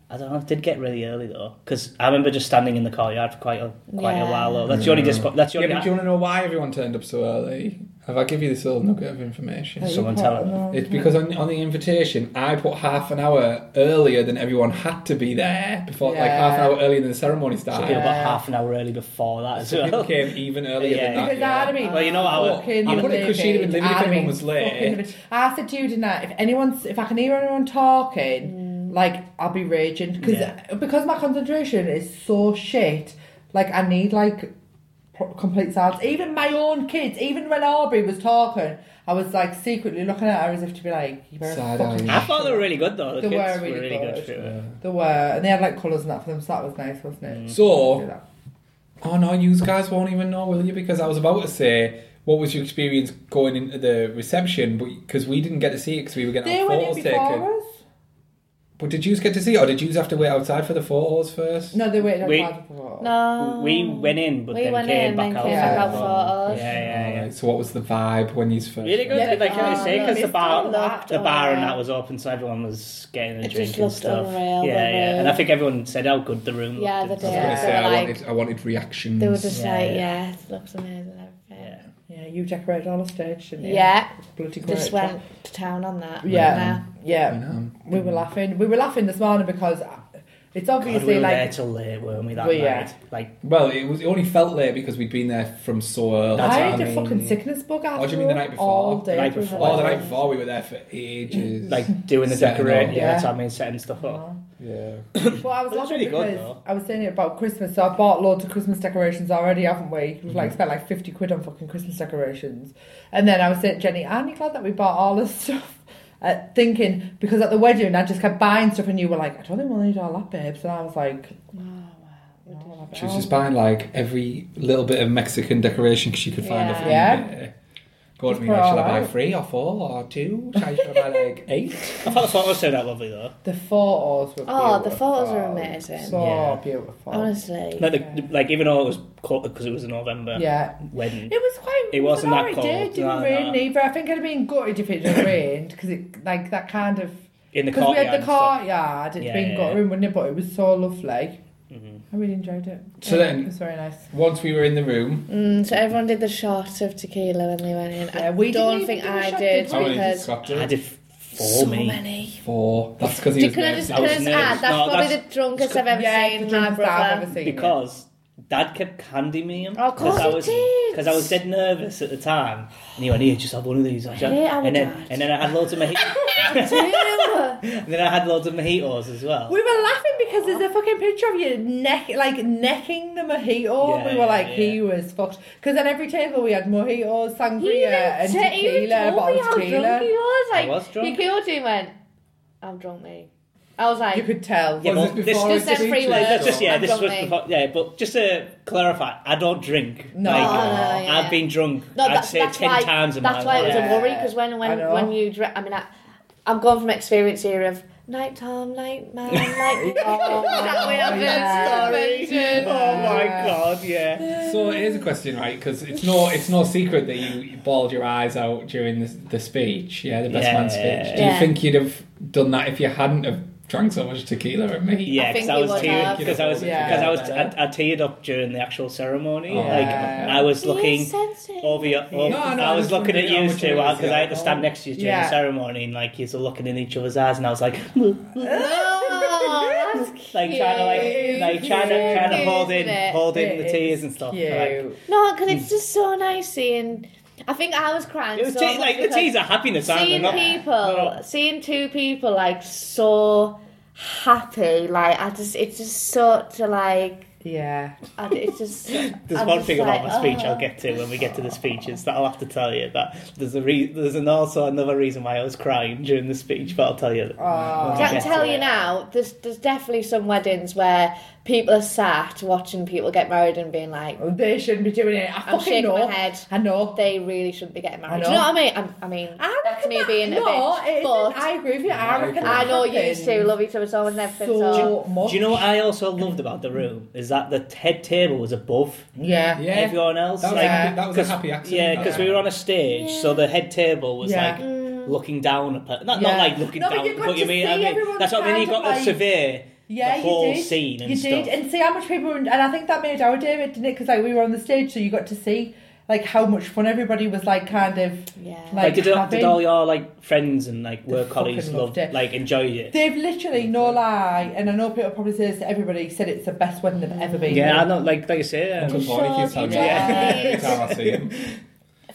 E: I don't know. It did get really early though, because I remember just standing in the courtyard for quite a quite
D: Yeah.
E: a while. Though that's the only dispo- That's the
B: Yeah,
E: only.
B: but do you want to know why everyone turned up so early? If I give you this little nugget of information,
C: That you
E: Someone
C: put
E: tell her.
C: on the wrong
B: It's
C: thing.
B: because on, on the invitation, I put half an hour earlier than everyone had to be there before, like
C: Yeah.
B: half an hour earlier than the ceremony
E: Should
B: started.
E: be
C: Yeah.
E: about half an hour early before that
B: <laughs>
E: as
B: So people
E: well.
B: came even earlier
E: Yeah.
B: than that.
C: Because
B: yeah.
C: I'd have been.
E: <laughs> Well, you know what, I would-
C: fucking
B: I put it 'cause she'd have been
C: livid.
B: livid if
C: I'd have
B: everyone
C: been
B: was late.
C: fucking livid. I said to you tonight, if anyone's, if I can hear anyone
E: Mm.
C: talking, like I'll be raging because
E: Yeah.
C: because my concentration is so shit. Like I need like pro- complete silence. Even my own kids, even when Aubrey was talking, I was like secretly looking at her as if to be like, you better
B: Side
C: fucking
E: I
B: eye.
E: thought they were really good though. The
C: They
E: kids
C: were
E: were
C: really
E: really, Mm. good.
C: good.
E: through it.
C: They were, and they had like colours and that for them, so that was nice, wasn't it? Do
B: So,
C: that.
B: oh no, you guys won't even know, will you? Because I was about to say, what was your experience going into the reception? Because we didn't get to see it because we were getting
C: They
B: our
C: went in
B: photos taken.
C: before us.
B: But did you get to see it, or did you have to wait outside for the photos first?
C: No, they waited
E: We-
C: outside before.
D: No.
E: We went in, but
D: We
E: then
D: went
E: came
D: in,
E: back
D: then
E: out.
D: came
C: back out
E: for
D: for
E: us.
D: us.
E: Yeah, yeah, yeah.
B: Alright, so what was the vibe when you first?
E: Really good.
D: Yeah,
E: like I
D: oh,
E: was saying,
C: no,
E: because the
C: it's still
E: bar,
C: locked
E: the bar and
D: away.
E: that was open, so everyone was getting a
D: It
E: drink
D: just
E: and
D: looked
E: stuff.
D: unreal,
E: yeah,
D: the
E: yeah. And I
D: room.
E: think everyone said how good the room
D: Yeah,
E: looked.
D: they
E: and
D: Yeah.
B: I was going to
E: stuff.
B: say I
D: Like-
B: wanted, I wanted reactions.
D: They were just
E: Yeah,
D: like,
E: yeah.
D: yeah, it looks amazing. everything.
E: Yeah.
C: Yeah, you decorated all the stage, didn't you?
D: Yeah,
C: Bloody great.
D: just went to town on that.
C: Yeah,
B: I
C: yeah.
B: know.
C: We were laughing. We were laughing this morning because it's
E: God,
C: obviously
E: we were there
C: like
E: till late, weren't we? That
C: Well,
E: night.
C: yeah.
E: Like,
B: Well, it was it only felt late because we'd been there from so early.
E: That's
C: I
E: what
C: had
E: I
C: a fucking sickness bug after
B: Oh, do you mean the night before?
C: all
B: The
C: day.
E: night
C: we were
E: before.
B: Oh, the
C: like-
B: night before we were there for ages.
E: like doing the
B: Setting
E: decorating.
B: up.
E: Yeah, that's
C: Yeah.
E: what I mean, setting stuff up.
B: yeah.
C: Well, I
E: <laughs>
C: was
E: But it's
C: laughing
E: really good,
C: because
E: though.
C: I was saying it about Christmas. So I bought loads of Christmas decorations already, haven't we? We've
E: Mm-hmm.
C: like spent like fifty quid on fucking Christmas decorations. And then I was saying, to Jenny, aren't you glad that we bought all this <laughs> stuff? Uh, thinking because at the wedding I just kept buying stuff, and you were like, I don't think we'll need all that, babes. And I was like,
D: Oh, wow.
C: no, I'll have it
B: She was
C: all.
B: just buying like every little bit of Mexican decoration she could find off
C: Yeah.
B: eBay. Go
C: It's
B: to me, like, shall I buy
C: alright.
B: three or four or two? Shall I shall I buy like eight?
E: I thought the photos turned out lovely though.
C: The photos were
D: Oh,
C: beautiful.
D: the photos are amazing.
C: So
E: Yeah.
C: beautiful.
D: Honestly.
E: Like, the, like even though it was cold because it was a November
C: Yeah.
E: wedding.
C: It was quite.
E: It wasn't
C: an
E: that
C: alright
E: cold.
C: Day. It didn't
E: No,
C: rain
E: no.
C: either. I think I'd have been gutted if it had rained because it like that kind of
E: In the
C: because we
E: courtyard.
C: had the courtyard. It's
E: Yeah,
C: been
E: yeah,
C: guttering,
E: yeah.
C: wouldn't it? But it was so lovely.
E: hmm
C: I really enjoyed it.
B: So
C: Yeah,
B: then-
C: it was very nice.
B: Once we were in the room,
D: Mm, so everyone did the shot of tequila when they went in.
C: Yeah,
D: I
C: we didn't
D: don't
C: even
D: think
C: do a
D: I
C: shot,
D: did
C: did
B: how
C: we?
B: many did
D: because
B: Scott
E: I
B: do?
E: did four
D: so
E: me.
D: many.
B: Four. That's because he
D: Do,
B: was
D: can I
B: nervous.
D: just,
E: I
D: can I
E: was
D: just
E: nervous.
D: add, that's
E: No,
D: probably
E: that's-
D: the drunkest I've ever
C: yeah,
D: seen
C: the
D: my
C: drunkest I've
D: <laughs>
C: ever
D: brother.
C: seen. it.
E: because dad kept handing me him.
D: Oh, of course
E: I
D: he
E: was,
D: did.
E: Because I was dead nervous at the time. And he went, here, just have one of these. I just-
D: Hey, I'm a
E: and, then,
D: dad.
E: and then I had loads
D: <laughs>
E: of mojitos.
D: Two.
E: and then I had loads of mojitos as well.
C: We were laughing because there's a fucking picture of you neck, like necking the mojito.
E: Yeah,
C: we were like,
E: yeah,
C: he was fucked. Because at every table we had mojitos,
D: He
C: sangria,
D: even
C: and
D: said- he even
C: tequila, a
D: told
C: bottle
D: me
C: of
D: how drunk he
C: tequila.
D: was.
E: I
D: Like,
E: was drunk.
D: He called you and went, I'm drunk, mate. I was like,
C: You could tell.
E: Yeah,
B: Was
E: but
B: this before
D: Just
B: his
D: them three
B: speeches,
D: words.
E: Like,
B: Scott?
E: that's just yeah.
D: I'm
E: This
D: drunk,
E: was
D: mate.
E: before, yeah, but just to clarify, I don't drink.
C: No.
E: like,
C: Oh, no,
D: yeah,
E: I've
D: yeah.
E: been drunk.
D: No,
E: I'd
D: that's,
E: say
D: that's
E: ten
D: why,
E: times in
D: That's
E: my
D: why
E: life.
D: it was
C: Yeah.
D: a worry because when
C: I
D: when
C: know.
D: when you dre- I mean I, I'm going from experience here of night time, night <laughs> man, night. oh, that way I've
C: yeah.
D: been suspension.
E: Oh my god, yeah.
B: So it is a question, right? Because it's no, it's no secret that you bawled your eyes out during the, the speech. Yeah, the best
E: Yeah.
B: man speech. Do you
D: Yeah.
B: think you'd have done that if you hadn't have drank so much tequila at me?
E: Yeah,
D: think
E: because I,
D: we
E: was
D: would
E: teared
D: have.
E: because I was
C: Yeah.
E: because I was I, I teared up during the actual ceremony.
B: Oh.
E: Like
C: Yeah.
E: I was
D: He is
E: looking
D: sensitive.
E: over your. Over,
B: No, no,
E: I
B: I
E: was
B: just
E: looking at
B: wondered how
E: you
B: much
E: two
B: it was,
E: because I had to
B: yeah.
E: stand next to you during
C: Yeah.
E: the ceremony, and like you were looking in each other's eyes, and I was like, <laughs> like
D: Oh, that's
E: <laughs> trying to like like trying to trying to
D: Cute,
E: hold
D: isn't
E: in
D: it?
E: hold in the
C: It
E: tears
C: is
E: and stuff.
C: Cute.
E: Like,
D: No, because it's just so nice seeing. I think I was crying.
E: it was
D: so
E: tea,
D: much
E: like the
D: because
E: tears are happiness, aren't they?
D: Seeing
E: Not-
D: people,
E: not-
D: seeing two people like so happy, like I just, it's just such a like,
C: yeah.
D: I, it's
E: <laughs>
D: just.
E: There's
D: I'm
E: one
D: just
E: thing
D: like,
E: about the speech
D: oh.
E: I'll get to when we get to the speeches that I'll have to tell you that there's a re- there's an also another reason why I was crying during the speech, but I'll tell you.
C: Oh.
D: I can
E: Get
D: tell
E: to
D: you
E: it.
D: now, there's there's definitely some weddings where people are sat watching people get married and being like,
C: They shouldn't be doing it. I
D: I'm
C: fucking
D: shaking
C: know.
D: my head.
C: I know.
D: They really shouldn't be getting married.
C: I
D: Do you
C: know.
D: know what I mean? I'm, I mean,
C: I
D: that's
C: reckon
D: me
C: that-
D: being a
C: no, it
D: bitch.
C: isn't.
D: But
C: I agree with you. I
B: I
C: reckon
B: agree.
C: that
D: I know you
C: happens
D: two love each other so much and everything.
C: so,
D: So,
C: much.
B: Oh.
E: Do you know what I also loved about the room is that the head table was above
C: Yeah.
B: Yeah.
E: everyone else.
B: That was,
E: like,
B: a, that was a
E: 'cause-
B: happy accident.
E: yeah, because we were on a stage, so the head table was
C: Yeah.
E: like looking down upon, not,
C: Mm. Yeah.
E: not like looking
C: No, but
E: down,
C: you got
E: but
C: to
E: you mean
C: see
E: I mean
C: everyone's
E: that's what I mean. You
C: kind of
E: got to
C: like-
E: survey
C: Yeah,
E: the whole
C: you did.
E: scene and
C: you
E: stuff.
C: did, and see how much people. were- And I think that made our day of it, didn't it? Because like we were on the stage, so you got to see like how much fun everybody was like kind of
D: Yeah.
C: Like-
E: Like, did, all-
C: having-
E: did all your like friends and like
C: They
E: work colleagues
C: fucking
E: loved
C: loved it.
E: like enjoyed it?
C: They've literally, no lie, and I know people probably say this to everybody, said it's the best wedding they've ever been.
E: Yeah, I
C: to.
E: know. Like like you say, um,
B: Uncle
D: sure
B: Paul, he keeps
D: you
B: having
D: guys-
B: <laughs> it every time I see him.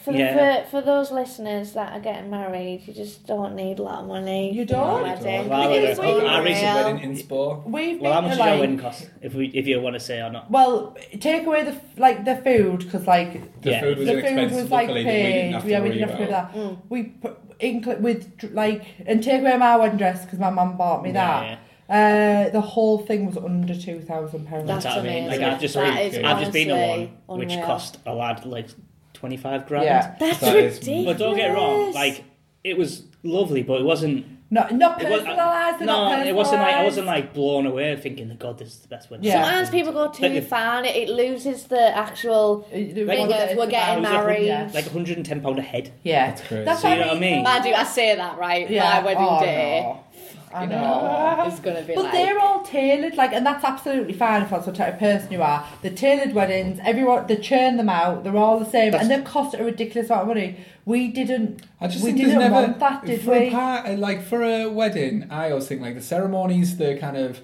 D: For,
E: Yeah.
D: for, for those listeners that are getting married, you just don't need a lot of money.
C: You don't?
D: Wedding.
B: Well,
E: Wow,
D: It
E: yeah.
D: is
E: Oh,
D: real.
E: I
B: Our recent
E: Well-
B: wedding in Spa.
C: We've
E: well, how
C: been
E: much
C: to,
E: did
C: like,
E: your wedding cost? If we if you want to say or not.
C: Well, take away the f- like the food because like
B: The
E: Yeah.
B: food was
C: the
B: inexpensive,
C: food was like
B: luckily, that we didn't have
C: paid.
B: to
C: Yeah, we
B: worry
C: didn't have to do
B: about.
C: that.
E: Mm.
C: We put incl- with dr- like and take away my wedding dress because my mum bought me that.
E: Yeah.
C: Uh, the whole thing was under two thousand pounds.
D: That's
E: That's what I mean. Like
D: amazing.
E: I've just
D: That
B: is
E: I've just been to
D: honestly
E: one which
D: unreal.
E: cost a lad like twenty five grand.
C: Yeah.
D: That's
B: That is-
D: ridiculous.
E: But don't get wrong, like it was lovely, but it wasn't.
C: Not not
E: It was,
C: personalised. they're not
E: no, it wasn't like I
C: personalised.
E: wasn't like blown away thinking, "God, this is the best wedding."
C: Yeah.
D: Sometimes people go
E: Like
D: too
E: if-
D: far and it, it loses the actual
C: It- it
E: Like,
D: thing
C: wasn't-
D: of we're getting
E: was a
D: married.
C: hundred-
E: like 110 pound a head.
C: Yeah,
B: That's crazy.
C: That's
E: So you
C: what
E: know what I mean?
D: Mind you, I say that right. My wedding
C: oh,
D: day
C: no. I
B: Fucking
C: know.
D: is going to be
C: But
D: like.
C: they're all tailored, like, and that's absolutely fine if that's the type of person you are. The tailored weddings, everyone they churn them out. They're all the same, and they cost a ridiculous amount of money. We didn't.
B: I just
C: we
B: think
C: didn't
B: there's never
C: want that, did
B: for
C: we?
B: a part, like for a wedding. I always think like the ceremonies, the kind of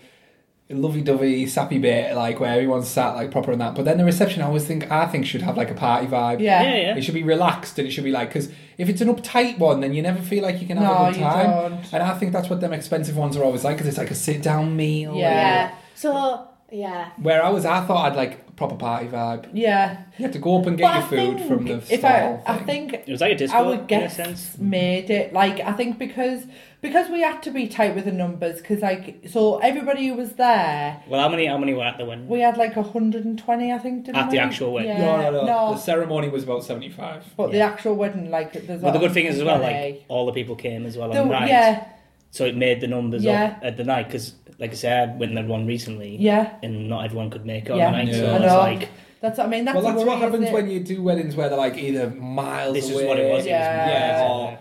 B: lovey-dovey, sappy bit, like where everyone's sat like proper and that. But then the reception, I always think I think should have like a party vibe.
C: Yeah.
E: yeah. yeah.
B: It should be relaxed and it should be like because if it's an uptight one, then you never feel like you can have
C: No,
B: a good
C: you
B: time.
C: don't.
B: And I think that's what them expensive ones are always like because it's like a sit-down meal.
C: Yeah.
D: yeah. So, yeah.
B: Where I was, I thought I'd like proper party vibe.
C: Yeah.
B: You had to go up and
C: But
B: get
C: I
B: your food
C: think
B: from the
C: if I,
B: stall
C: I
B: thing.
C: think
E: It was like a disco.
C: our guests
E: in a sense.
C: made it. Like I think because because we had to be tight with the numbers because like so everybody who was there,
E: Well, how many how many were at the wedding?
C: we had like hundred and twenty, I think. Didn't
E: At the
C: we?
E: actual wedding.
C: Yeah.
B: no, no, no, The ceremony was about seventy-five.
C: But the actual wedding, like, there's
E: Well, the good
C: not
E: thing is as well,
C: many.
E: like all the people came as well
C: The-
E: on rides,
C: yeah,
E: so it made the numbers
C: Yeah.
E: up at the night. Because, like I said, I went and had one recently,
C: yeah,
E: and not everyone could make it on
C: Yeah.
E: the night. So
B: Yeah.
E: I
B: I
E: was
C: know.
E: like,
C: that's what I mean. That's
B: Well, that's
C: a
B: what
C: worry,
B: happens
C: isn't
B: when
C: it?
B: you do weddings where they're like either miles
E: this
B: away.
E: is what it was.
C: Yeah.
E: It was
B: Yeah,
E: miles
B: or
E: away.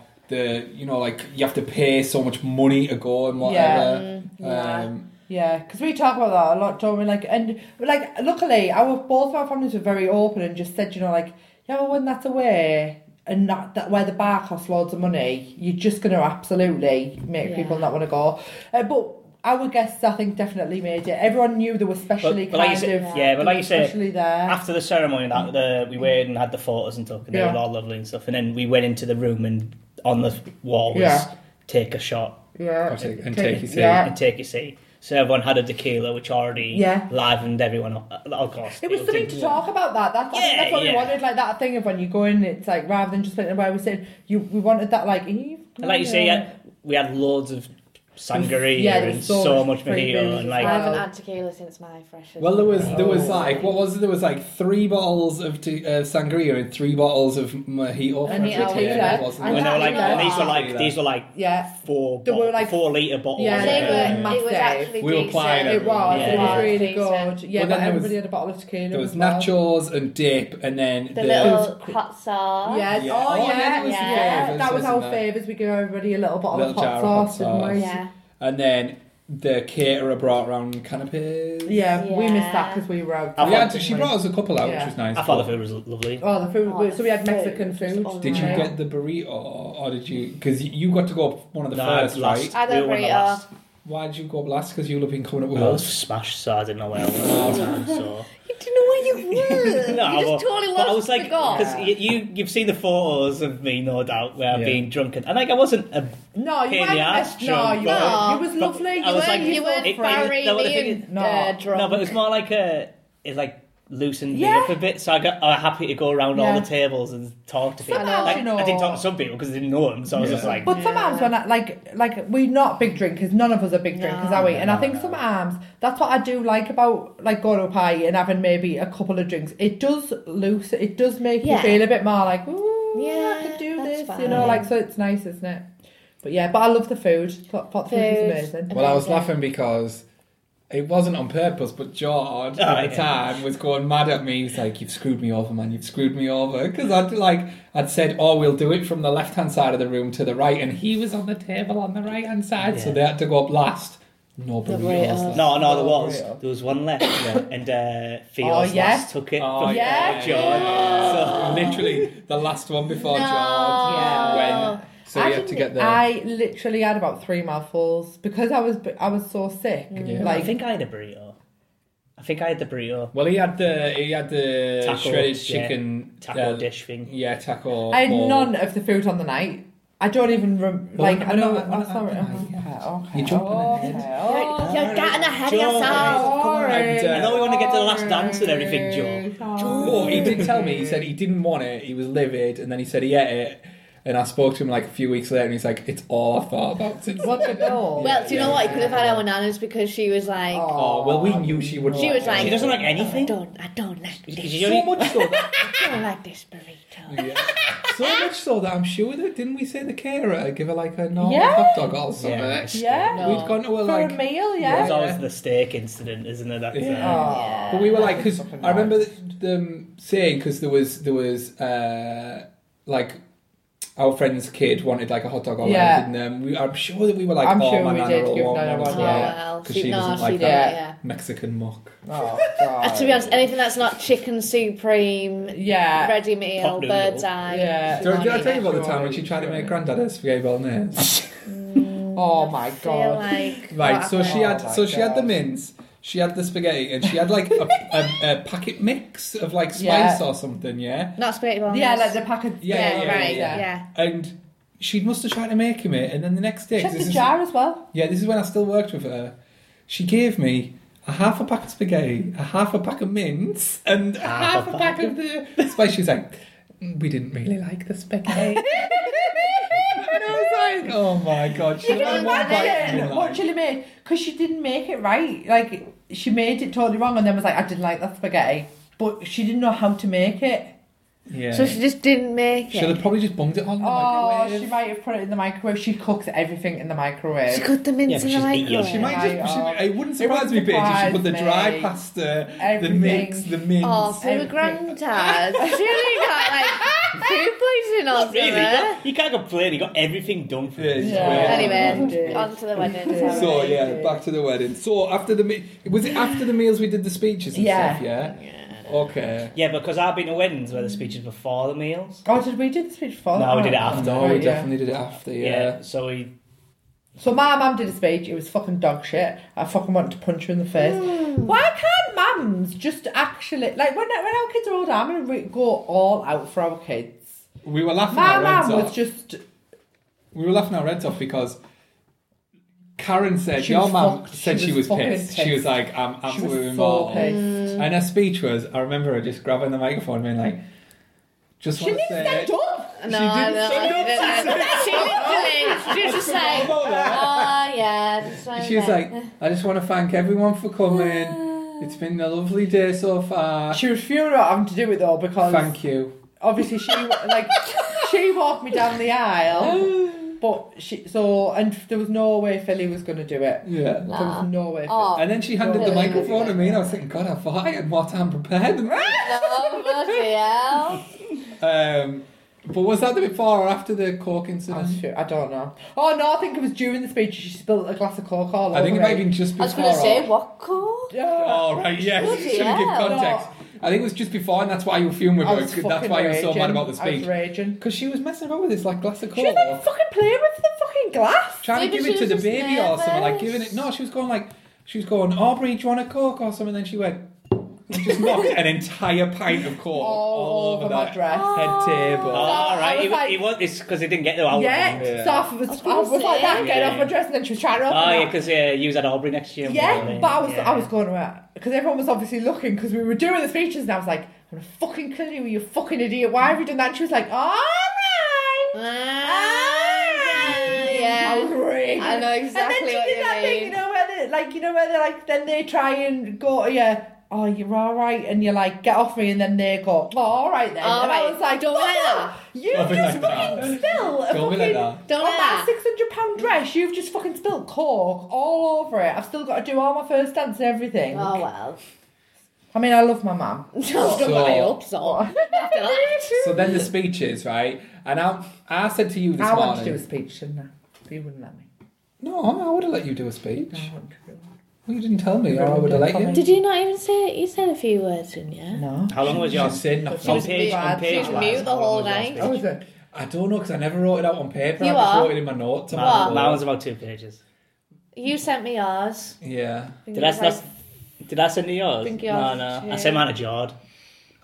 B: the you know like you have to pay so much money to go and
C: Yeah.
D: Uh,
B: whatever.
D: Yeah.
B: Um,
C: Yeah, because we talk about that a lot, don't we? Like, and like, luckily, our both of our families were very open and just said, you know, like, yeah, well, when that's away and that, that where the bar costs loads of money, you're just going to absolutely make
D: Yeah.
C: people not want to go. Uh, but our guests, I think, definitely made it. Everyone knew they were specially
E: But- but like
C: kind
E: you said-
C: of,
E: yeah, but like you said,
C: specially there.
E: after the ceremony, that the, we waited and had the photos and took, and they
C: Mm. Yeah.
E: were all lovely and stuff. And then we went into the room, and on the wall was
C: Yeah.
E: take a shot
C: Yeah,
B: I'll take- and take your seat.
C: Yeah.
E: and take a seat. So everyone had a tequila, which already
C: Yeah.
E: livened everyone up. Of course,
C: It was something to talk about. That that's, I think
E: Yeah,
C: that's what
E: yeah.
C: we wanted. Like that thing of when you go in, it's like rather than just putting it away. We said you we wanted that like Eve.
E: And like you say, yeah, we had loads of sangria
C: Yeah, there was
E: and
C: so
E: so,
C: much
E: much
C: free booze
E: mojito and
C: as
E: like
D: I
C: well.
D: haven't had tequila since my freshers.
B: well, there was there was
C: Oh.
B: like what was it? there was like three bottles of te- uh, sangria and three bottles of mojito. for
C: And
B: every
D: tequila.
B: table, wasn't
C: And
E: and
B: there?
E: they
C: that
E: were like
C: was
E: and these were
B: lovely.
E: like these were like
C: Yeah.
E: four
C: They were
E: bottle-
C: like-
E: four liter bottles.
C: Yeah,
D: they
B: Yeah.
D: were, it was
C: Massive.
D: actually
B: We were
D: decent.
B: applying
C: It was.
E: Yeah.
C: It was
E: Yeah.
C: really
D: Decent.
C: good. Yeah,
B: Well,
C: but
B: then there was-
C: everybody had a bottle of tequila.
B: There was
C: as well.
B: nachos and dip, and then
D: The little
C: Those-
D: hot sauce.
C: Yeah.
B: Yeah.
C: Oh,
B: Oh,
C: yeah.
B: that was
D: the
C: yeah.
B: favours,
C: That was our
B: wasn't it?
C: favours. We gave everybody a little bottle of
B: Little
C: hot
B: jar of hot
C: sauce, didn't we?
D: Yeah.
B: and then the caterer brought round canapes.
C: Yeah, we missed that
D: Yeah.
C: because we were out.
E: I
B: We
E: thought-
B: had to- she brought us a couple out,
C: Yeah.
B: which was nice.
E: I
B: but-
E: thought the food was lovely.
C: Oh, the food.
D: Oh,
C: so we had
D: the
C: Mexican
D: food
C: food.
D: was
B: Did you
C: Yeah.
B: get the burrito, or did you? Because you got to go up one of the
E: No, I
B: first,
E: had last.
B: right?
D: I
E: we
D: don't
E: were one of
D: rate
E: the last.
B: Why did you go up last? Because you'll have been coming up
C: uh,
B: with
E: Well, I was
B: us.
E: smashed, so I didn't know where I was. all the time, so.
D: You didn't know where you were.
E: <laughs> No,
D: you just
E: well,
D: totally
E: but
D: lost
E: I was like,
D: the goal.
E: because you you've seen the photos of me, no doubt, where I've
B: Yeah.
E: been drunken, and like I wasn't a
C: No, you
E: Pain in
C: weren't.
E: the ass,
C: messed- No,
E: drunk,
C: you
E: but-
C: weren't. It was
E: but
C: lovely.
E: I
C: You
E: was
C: weren't.
E: like-
C: You
D: you
E: were-
D: weren't
E: it-
C: weren't.
D: very
E: no, but the thing
D: mean,
C: is-
D: uh,
C: No.
D: drunk.
E: No, but it was more like a it's like loosened
C: Yeah.
E: me up a bit, so I got I happy to go around all
C: Yeah.
E: the tables and talk to people.
C: Somehow,
E: Like,
C: you know.
E: I didn't talk to some people because I didn't know them, so I was
B: Yeah.
E: just like,
C: But sometimes when I like like we're not big drinkers, none of us are big drinkers, are we? And I
B: No,
C: think
B: no.
C: sometimes that's what I do like about like going to a party and having maybe a couple of drinks. It does loose it does make
D: Yeah.
C: you feel a bit more like, ooh, yeah, I
D: Yeah,
C: could do
D: that's
C: this. You
D: fine.
C: know, like so it's nice, isn't it? But yeah, but I love the food. Pot, pot food
D: Food.
C: is amazing.
B: Well, I was
D: Amazing.
B: laughing because it wasn't on purpose, but George
E: Oh,
B: at the
E: <laughs> yeah.
B: time was going mad at me. He's like, "You've screwed me over, man. You've screwed me over." Because I'd like I'd said, "Oh, we'll do it from the left hand side of the room to the right," and he was on the table on the right hand side, so
E: Yeah.
B: they had to go up last. No
D: burritos.
B: burritos.
E: No, no, there
C: Oh,
E: was.
C: yeah.
E: There was one left, and uh,
C: Oh,
E: Fios
C: yeah.
E: last took it
B: Oh,
E: from
C: yeah.
E: John.
B: Literally the last one before
D: No.
B: George
C: Yeah.
B: went. So
C: I
B: you had to
C: didn't-
B: get there.
C: I literally had about three mouthfuls because I was I was so sick.
D: Mm.
B: Yeah.
E: So I
C: Like
E: think I had a burrito. I think I had the burrito
B: well, he had the he had the
E: Taco,
B: shredded
E: yeah.
B: chicken
E: taco
B: uh,
E: dish thing.
B: Yeah, taco.
C: I had
B: bowl.
C: none of the food on the night. I don't even rem-
B: Well,
C: like.
B: no,
C: I know.
B: no,
C: I
B: no,
C: saw
B: no,
C: it.
B: no,
C: Okay, okay,
B: You're jumping
C: okay,
D: You're, you're getting ahead of
E: John.
D: yourself.
B: Come on,
C: Sorry.
B: and, uh,
E: I know we want to get to the last dance and everything, Joe.
B: Oh, he did tell me. He said he didn't want it. He was livid, and then he said he ate it. And I spoke to him like a few weeks later, and he's like, "It's all I thought about since."
C: What the bill?
D: Well, do you know what? You could have had our nanas because she was like,
B: Oh well, we knew she would.
D: she was like,
E: She doesn't like
D: I
E: anything.
D: don't, I don't like this.
E: She
B: so
E: only-
B: much so. That,
D: I don't like this burrito.
B: yeah.
C: <laughs>
B: So much so that I'm sure that didn't we say the carer give her like a normal
C: Yeah.
B: hot dog or something?
E: Yeah.
C: Yeah.
D: No.
B: We'd gone to her
C: For
B: like
C: a meal,
E: It
C: yeah. Oh.
E: was always the steak incident, isn't it? That's, uh,
B: Yeah. But we were like, because I remember them saying because there was there was uh, like our friend's kid wanted like a hot dog or
C: Yeah.
B: whatever, didn't um, we, I'm sure that we were like,
C: I'm
B: oh,
C: sure
B: my
C: we
B: nana
C: did
B: will
C: give
B: want
C: Nana
B: one as
C: one,
D: Oh,
B: well.
C: yeah.
D: well,
B: 'Cause
D: she,
B: she
D: no,
B: doesn't
D: she
B: like
D: did,
C: that.
D: yeah.
B: Mexican mock.
C: Oh,
D: Uh,
C: God.
D: to be honest, anything that's not chicken supreme,
C: Yeah.
D: ready meal,
E: Pot noodle.
D: bird's eye.
C: Yeah.
D: she
B: Did I-
D: won't
B: did I
D: eat
B: tell you
D: it.
B: about the time when she tried to make granddad a spaghetti bolognese?
C: Oh my
D: I feel
C: god.
D: like
B: right,
D: what
B: so she
D: happened?
B: had
C: Oh my
B: so she had the
C: God.
B: mince, she had the spaghetti, and she had like a, a, a packet mix of like spice
C: Yeah.
B: or something, yeah.
D: not spaghetti bolognese.
C: yeah, like the packets.
B: Yeah,
D: yeah,
B: yeah,
D: right,
B: yeah.
D: yeah.
B: And she must have tried to make him it, and then the next day,
C: Check
B: 'cause
C: the
B: this is-
C: jar
B: <laughs>
C: as well.
B: Yeah, this is when I still worked with her. She gave me a half a pack of spaghetti, a half a pack of mince, and a half, a pack, of the spice. She was like, "Mm, "We didn't really like the
C: <laughs>
B: spaghetti." and I was like, "Oh my god!" She
C: You
B: had
C: can
B: one bite and
C: imagine
B: was
C: what
B: like,
C: she made because she didn't make it right. Like she made it totally wrong, and then was like, "I didn't like that spaghetti," but she didn't know how to make it.
B: yeah.
D: So she just didn't make
B: should have
D: it.
B: probably just bunged it on the
C: Oh,
B: microwave.
C: she might have put it in the microwave. She cooks everything in the
D: She
C: microwave.
D: cut the
E: Yeah,
D: mince
E: but
D: in
E: she's
D: the
E: eating it.
D: microwave.
B: She might just. She,
C: Right,
B: it wouldn't
C: It
B: surprise me,
C: wouldn't
B: bitch, if she
C: surprise
B: put the dry
C: me.
B: pasta,
C: Everything.
B: the mix, the mince.
D: Oh, for the
C: Everything.
D: granddad. She really got like food poisoning or
E: Not
D: something.
E: really. You can't- You can't complain. You got everything done for
B: Yeah,
E: you.
B: yeah.
D: Anyway, on to the wedding. sorry.
B: So yeah, back to the wedding. So after the me- was it after the meals we did the speeches and
C: Yeah.
B: stuff? Yeah.
D: Yeah.
B: Okay.
E: Yeah, because I've been to weddings where the speeches before the meals.
C: Oh, did we do the speech before?
E: No, we did it
B: Oh,
E: after.
B: no,
C: Right,
B: we
C: yeah.
B: definitely did it after. Yeah.
E: so we.
C: So my mum did a speech. It was fucking dog shit. I fucking wanted to punch her in the face. Why can't mums just actually like when when our kids are older? I'm gonna re- go all out for our kids.
B: we were laughing
C: My
B: our
C: mum
B: heads
C: was
B: off.
C: just
B: we were laughing our heads off because Karen said
C: She
B: your
C: was
B: mum
C: fucked.
B: said
C: She
B: she was,
C: was fucking
B: pissed. She was
C: pissed.
B: like, "I'm
C: she was
B: absolutely
C: so
B: mortal."
C: pissed.
B: And her speech was, I remember her just grabbing the microphone and being like, "Just
C: She
B: want to
C: didn't
B: say."
C: stand up.
D: No, no, I
B: didn't stand up,
D: didn't. She literally, she was just like, oh yeah. Just like
B: She was
D: that.
B: like, "I just want to thank everyone
D: <laughs>
B: for coming. It's been a lovely day so far.
C: She was furious at having to do it though because
B: Thank you."
C: obviously she <laughs> like she walked me down the aisle. But she so and there was no way Philly was gonna do it.
B: Yeah.
C: There was no way.
D: Oh.
B: And then she handed the
D: Yeah.
B: microphone to me, and I was thinking, God, I thought I had more time prepared <laughs> than that.
D: no, bloody hell.
B: Um, but was that the before or after the cork
C: I'm
B: incident?
C: sure. I don't know. Oh no, I think it was during the speech. She spilled a glass of coke all over
B: I think it
C: me.
B: might have been just
D: I
B: before.
D: was going to say,
B: or-
D: what called?
C: Yeah.
B: Oh, right, yeah.
D: Bloody
B: Should have give
D: hell.
B: context. I think it was just before, and that's why you were fuming with
C: I
B: her.
C: was
B: 'cause
C: fucking
B: That's why you were so
C: raging.
B: mad about the
C: I was
B: speech.
C: raging.
B: Because she was messing around with this like glass of
C: She was
B: cola,
C: like fucking playing with the fucking glass.
B: trying to
D: Maybe
B: give
D: she
B: it to
D: was
B: the
D: just
B: baby or something, like
D: nervous.
B: giving it. No, she was going like, she was going, Aubrey, do you want a coke or something? And then she went. and Just knocked an entire pint of coke all,
C: All over my
B: that
C: dress.
B: head table.
E: Oh,
C: I
E: right.
C: was
E: It,
C: like-
E: it was it's because it didn't get the album.
C: Yeah,
B: Yeah.
C: so half of us,
D: was
C: I
D: gonna
C: was like
D: say.
C: that, getting
E: Yeah.
C: off my dress, and then she was trying to open
E: Oh yeah,
C: it.
E: because yeah, you was at Aubrey next year. weren't
C: Yeah,
E: you?
C: but I was
E: Yeah.
C: I was going around because everyone was obviously looking because we were doing the speeches and I was like, I'm gonna fucking kill you, you fucking idiot. Why have you done that? And she was like, all right.
D: Ah,
C: I was
D: yeah.
C: raging.
D: I know
C: and then
D: exactly
C: she
D: what
C: did
D: you
C: that thing,
D: mean.
C: you know, where they, like you know where they like then they try and go, yeah, oh you're all right, and you're like, get off me, and then they go, oh, all right then.
D: All
C: and I
D: right.
C: was like,
D: Don't
C: "Fuck
D: like
C: off.
D: that.
C: You
B: Don't be
C: just
B: like that.
C: fucking spill a
B: Don't be
C: fucking
B: like that.
D: Don't
C: on
D: like
C: that
D: that.
C: six hundred pound dress. You've just fucking spilled cork all over it. I've still got to do all my first dance and everything.
D: Oh well. <laughs>
C: I mean, I love my mum.
D: I've done my ups on. After that.
B: So then the speeches, right? And I, I said to you this
C: I wanted to do a
B: morning,
C: speech, didn't I? But you wouldn't let me.
B: No, I would have let you do a speech.
C: No, true.
B: Well, you didn't tell me, or I would have let you.
D: <laughs> Did you not even say it? You said a few words, didn't you?
C: No.
E: How long was
B: She
E: your
B: said
D: She
E: on
D: was
B: nothing.
E: page? On
C: bad. She
E: page
C: was
E: wise,
D: mute the
E: how long
D: whole
E: was your
D: night.
E: speech?
C: Oh, is it?
B: I don't know because I never wrote it out on paper. I
D: You
B: just
D: are.
B: wrote it in my notes. on
E: Mine
D: Wow.
B: my
E: mine was
B: phone.
E: about two pages.
D: You sent me yours.
B: Yeah.
E: Did I, that's, did I send you yours?
D: Think yours
E: no,
D: is
E: no. I
D: shared.
E: sent mine to Jord.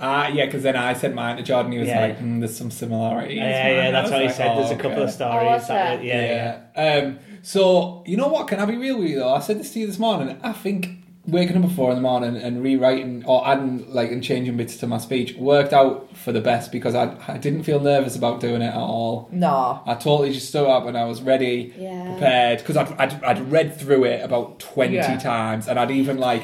B: Ah, yeah, because then I sent mine to Jordan. He was
E: Yeah.
B: like, mm, "There's some similarities."
E: Yeah, yeah, that's what he said. There's a couple of
B: stuff.
E: stories.
D: Oh, was
E: that were-
D: there?
E: yeah, yeah.
B: Um, so you know what? Can I be real with you though? I said this to you this morning. I think waking up at four in the morning and rewriting or adding like and changing bits to my speech worked out for the best because I I didn't feel nervous about doing it at all.
C: No.
B: I totally just stood up and I was ready,
D: Yeah.
B: prepared, because I'd, I'd, I'd read through it about 20
C: Yeah.
B: times and I'd even like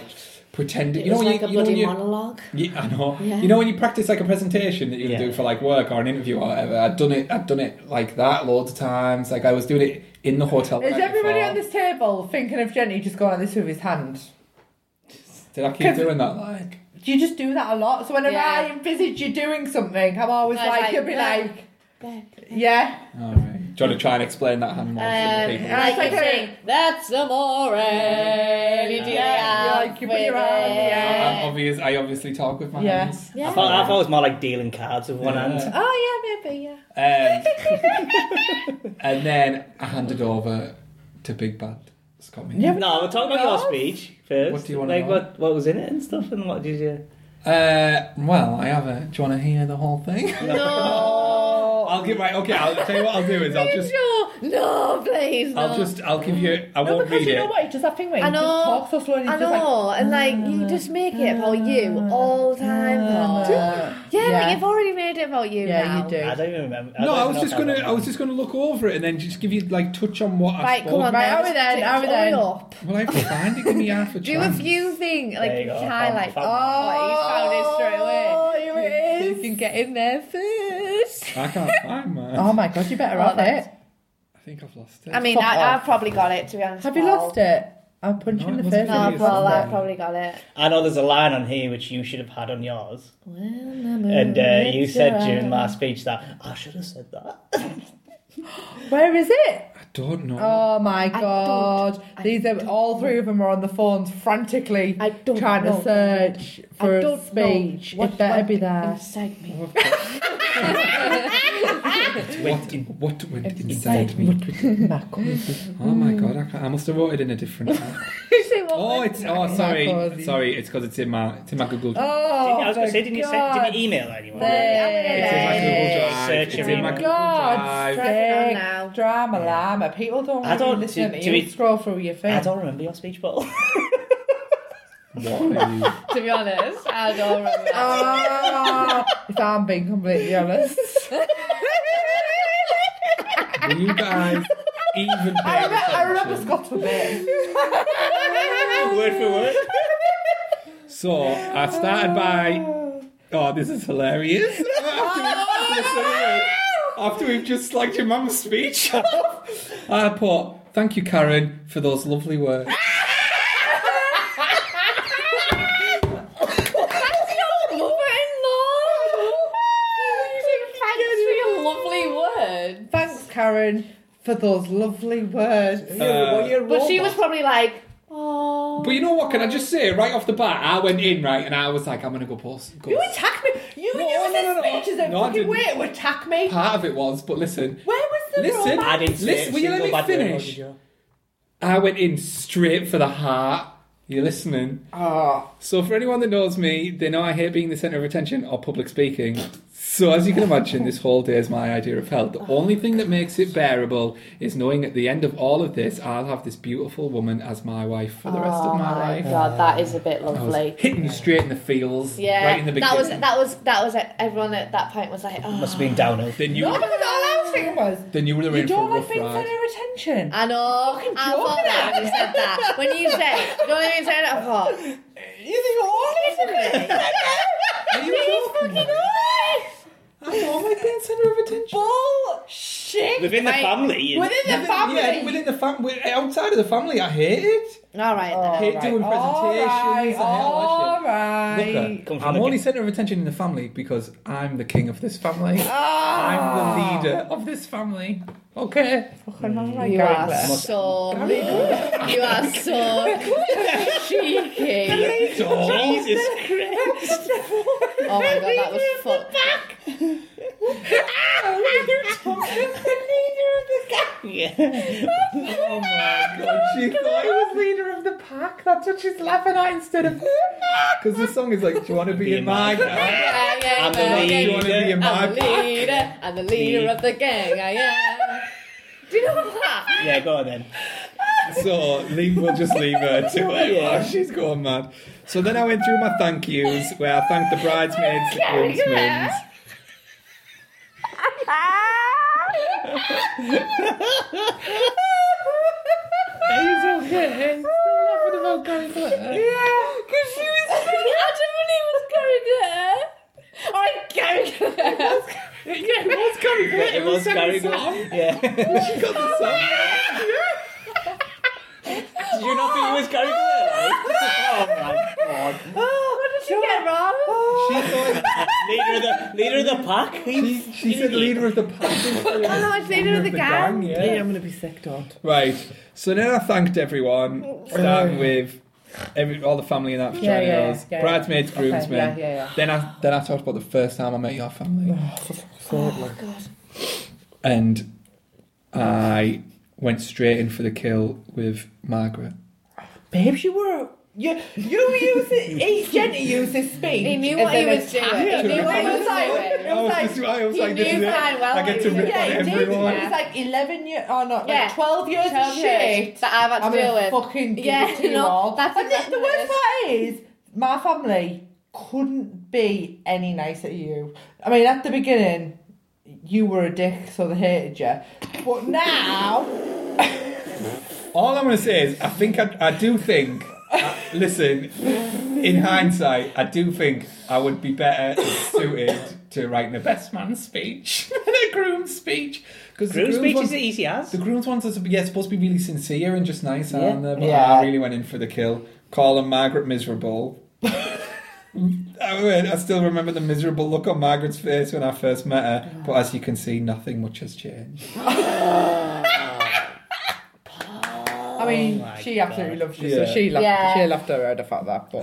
B: pretended.
D: It
B: you know,
D: was like
B: when you,
D: a
B: you know when
D: bloody
B: you,
D: monologue.
B: yeah, I know.
D: Yeah.
B: You know when you practice like a presentation that you
E: Yeah.
B: do for like work or an interview or whatever. I'd done it. I'd done it like that loads of times. Like I was doing it in the hotel. the
C: Is
B: night
C: everybody
B: before.
C: on this table thinking of Jenny just going like this with his hand?
B: Did I keep
C: Can-
B: doing that? Like
C: Do you just do that a lot? So whenever
D: Yeah.
C: I envisage you doing something, I'm always
D: I was
C: like,
D: like,
C: you'll be
D: "Yeah."
C: like, yeah.
B: all right. Do you want to try and explain that hand motion to people?
C: I-
D: like you saying, that's amore. You do
C: Yeah,
D: that
C: like you put your
D: with
C: arm,
D: it.
C: yeah.
B: I'm obvious. I obviously talk with my
C: Yeah.
B: hands.
D: Yeah.
E: I, thought, I thought it was more like dealing cards with one
B: Yeah.
E: hand.
C: Oh, yeah, maybe, yeah.
B: Um,
C: <laughs>
B: and then I handed over to Big Bad Scott. Meehan.
C: Yeah.
E: No, we're talking about your
C: No.
E: speech first.
B: What do you wanna
E: Like
B: know?
E: what, what was in it and stuff, and what did you?
B: Uh, well, I have a. Do you want to hear the whole thing?
D: No.
B: Oh, I'll give right. Okay, I'll tell you what I'll do is I'll just.
D: No, no, please, no.
B: I'll just. I'll give you. I
C: No,
B: won't
C: because
B: read
C: you
B: it.
C: know what? He does that thing where he
D: I
C: just
D: know.
C: talks so slowly. and
D: I
C: he's just like, Mm.
D: know, and like you just make it about you all the time. Paul.
C: uh,
D: yeah,
C: yeah.
D: like you've already made it about you.
C: Yeah,
D: now.
C: you do.
E: I don't even remember.
B: No,
E: don't
B: I
E: even
B: was
E: know
B: just
E: if
B: gonna, I
E: remember.
B: was just gonna look over it and then just give you like touch on what I
D: Right,
B: spoke.
D: come on.
C: Right,
D: then,
C: are we
D: just
C: then?
D: do-
C: Are we
D: hurry
C: then?
D: up.
B: Well, I find it. Give me half
C: <laughs>
B: a
D: Do a
B: chance.
D: few things like
E: There you go,
D: highlight.
E: found-
D: Oh, you found it straight away.
C: Oh, here it
D: You
C: is.
D: can get in there first.
B: I
C: <laughs>
B: can't find mine.
C: Oh my god, you better
D: Oh,
C: have
D: that's-
C: it.
B: I think I've lost it.
D: I mean,
C: Fuck
D: I,
C: off.
D: I've probably got it to be honest.
C: Have you
D: Paul.
C: lost it? I'll punch you
B: No,
C: in
B: it
C: the
B: wasn't
C: face.
B: for
D: No,
B: you,
D: Paul,
B: something.
D: I've probably got it.
E: I know there's a line on here which you should have had on yours,
D: Well, I'm
E: and uh, you
D: Mm, it's
E: said
D: alright.
E: during my speech that I should have said that.
C: Where is it?
B: I don't know.
C: Oh my
D: don't-
C: god.
D: I
C: These are
D: don't
C: all three of them are on the phones frantically
D: I don't
C: trying
D: know.
C: to search for
D: I
C: a
D: don't
C: speech.
D: know what
C: It better be
D: went
C: there.
D: Inside
C: <laughs>
D: me.
B: what, what went
C: inside
B: inside
C: me.
B: me?
C: My God.
B: <laughs> Oh my god! I, can't, I must have wrote it in a
C: <laughs>
B: different.
D: You say what?
B: oh, it's. Oh, sorry.
C: cozy.
B: Sorry, it's because it's in my. It's in my Google. Drive.
C: Oh,
E: I was gonna
C: my
E: say, didn't you send,
C: God.
E: didn't you email anyone?
B: it's in my Google
C: Hey.
B: Drive.
E: Search
B: it's
E: your
B: in my
E: email.
B: Google
C: God,
B: Drive.
D: Driving on
C: sake,
D: now.
C: drama llama. People don't
E: I
C: want to
E: don't-
C: listen to,
E: to-
C: you.
E: to be-
C: Scroll through your
E: I
C: phone. <laughs>
E: don't remember your speech, but
B: What are you?
D: to be honest, I don't
C: <laughs>
D: remember.
C: Ah, if I'm being completely
E: <laughs>
C: honest.
B: Will you
C: <laughs>
B: guys even pay
C: I, remember, I remember
B: attention?
C: Scott a bit.
E: word for word.
B: So I started by. Oh, this is hilarious. <laughs> after, we've, after we've just slagged your mum's speech <laughs> off, I put, thank you, Karen, for those lovely words.
D: Thanks for your lovely word.
C: Thanks, Karen, for those lovely words.
E: Uh,
D: But she was probably like, oh.
B: But you know what? Can I just say, right off the bat, I went in, right, and I was like, I'm going to go post. Go.
C: You attack me. You
B: No,
C: and you
B: no,
C: no,
B: no, no.
C: speeches and
B: No, I
C: fucking
B: didn't.
C: way to attack me.
B: Part of it was, but listen.
C: Where was the
B: Listen,
C: romance?
E: <laughs> I didn't. say
B: Listen,
E: a
B: will you let
E: single
B: me
E: bad word,
B: finish?
E: did you?
B: I went in straight for the heart. You're listening.
C: Oh,
B: So, for anyone that knows me, they know I hate being the centre of attention or public speaking. So, as you can imagine, this whole day is my idea of hell. The only thing that makes it bearable is knowing at the end of all of this, I'll have this beautiful woman as my wife for the rest of my life.
D: Oh God, that is a bit
B: I was
D: lovely.
B: hitting you straight in the feels,
D: Yeah,
B: right in the beginning.
D: that was that was that was it. Everyone at that point was like, oh,
E: Must have been downhill.
B: then you,
C: no, because all I was thinking was,
B: then you would have
C: you
B: in for
C: don't
B: a
C: like
B: rough
C: being
B: ride.
C: centre of attention.
D: I know. I thought
C: joking.
D: that when you said that. When you said, you know what I mean? Said it, I thought,
C: You think you're all
D: "Really?"
B: <laughs> Are you joking? I don't like being centre of attention.
C: Bullshit.
D: shit.
E: <laughs> Within the
D: Like,
E: family. and-
D: Within the family.
B: Yeah, within the family. Outside of the family, I hate it.
D: All right.
C: All
D: then.
B: Hate
C: Oh, right,
B: doing
C: all
B: presentations. I hate
C: right,
B: all
C: all
B: that shit. Look, uh,
C: right.
E: Comes from
B: I'm
E: the-
B: only centre of attention in the family because I'm the king of this family. uh,
C: Ah.
B: I'm the leader of this family. Okay.
C: Fucking all right,
D: You
C: Gary
D: are
C: Blair.
D: so.
B: Gary
D: You are
B: <laughs>
D: so cheeky.
E: <laughs> Jesus Christ.
D: Oh my god, that was fun.
E: Yeah.
B: Oh my god, she thought it was leader of the pack. That's what she's laughing at instead of. Because the song is like, do you want to be, in my gang?
D: Yeah, yeah,
E: I'm the
D: yeah,
E: leader.
D: yeah.
B: Do you want to be in my
D: I'm the
B: pack?
D: leader. I'm the leader of the gang. I
C: <laughs>
D: am. Do you know that?
E: <laughs> Yeah, go on then.
B: So leave, we'll just leave her to it.
E: Yeah.
B: Oh, she's going mad. So then I went through my thank yous where I thanked the bridesmaids, the groomsmen.
D: Ah!
B: Are you okay? eh? Still laughing about Gary Blair?
D: Yeah, because she was <laughs> saying adamantly it was Gary Glitter. All right, Gary Glitter.
B: Yeah, <laughs> it was Gary Blair.
E: It was
B: sang the
E: Gary
B: song.
E: Glitter. Yeah.
B: She got the song.
E: Did you not think it was Gary Glitter? Oh
B: <laughs>
E: my god.
D: Oh, what did you get wrong?
C: Oh,
B: She thought
E: Leader of the leader of the pack.
B: she, she said leader of the pack. Oh
D: no, it's leader of the gang.
B: yeah.
C: Hey, I'm gonna be sick, don't.
B: Right. So then I thanked everyone, starting with every, all the family and that for
C: Yeah,
B: joining
C: yeah,
B: us.
C: yeah, yeah.
B: Bridesmaids,
C: Okay, yeah,
B: groomsmen.
C: yeah, yeah.
B: Then I then I talked about the first time I met your family,
D: Oh god.
B: and I went straight in for the kill with Margaret.
C: Babes, you were. You, you use it. <laughs> He's gently used his speech.
D: He knew
C: as
D: what he
C: an
D: was
C: attack.
D: doing. He
B: knew what he
C: It <laughs>
B: was
C: like-
D: doing.
C: it was like-
B: just- I was
D: he knew fine well
B: I get to
D: what he
B: rip
D: was
C: Yeah,
D: doing.
B: on
C: it did. It
B: everyone.
C: was like 11 years, oh no,
D: Yeah.
C: like 12 years of shit.
D: that I've had
C: I'm
D: to deal
C: gonna
D: with.
C: fucking give
D: Yeah, <laughs>
C: it to you
D: no,
C: all.
D: that's
C: and the-
D: exactly
C: the
D: what it
C: worst
D: is.
C: part is, my family couldn't be any nicer to you. I mean, at the beginning, you were a dick, so they hated you. But now,
B: All I'm going to say is, I think I, I do think. I- listen, in hindsight, I do think I would be better suited to writing a best man speech <laughs> than a groom speech because
E: Groom speech is e- easy as.
B: The groom's ones are yeah, supposed to be really sincere and just nice, aren't they? But
C: Yeah.
B: I really went in for the kill. Calling Margaret miserable. <laughs> I, mean, I still remember the miserable look on Margaret's face when I first met her, but as you can see, nothing much has changed.
C: I mean,
E: my
C: she absolutely loves you,
B: Oh Yeah.
C: so she laughed,
D: Yeah.
C: she laughed her out of that. But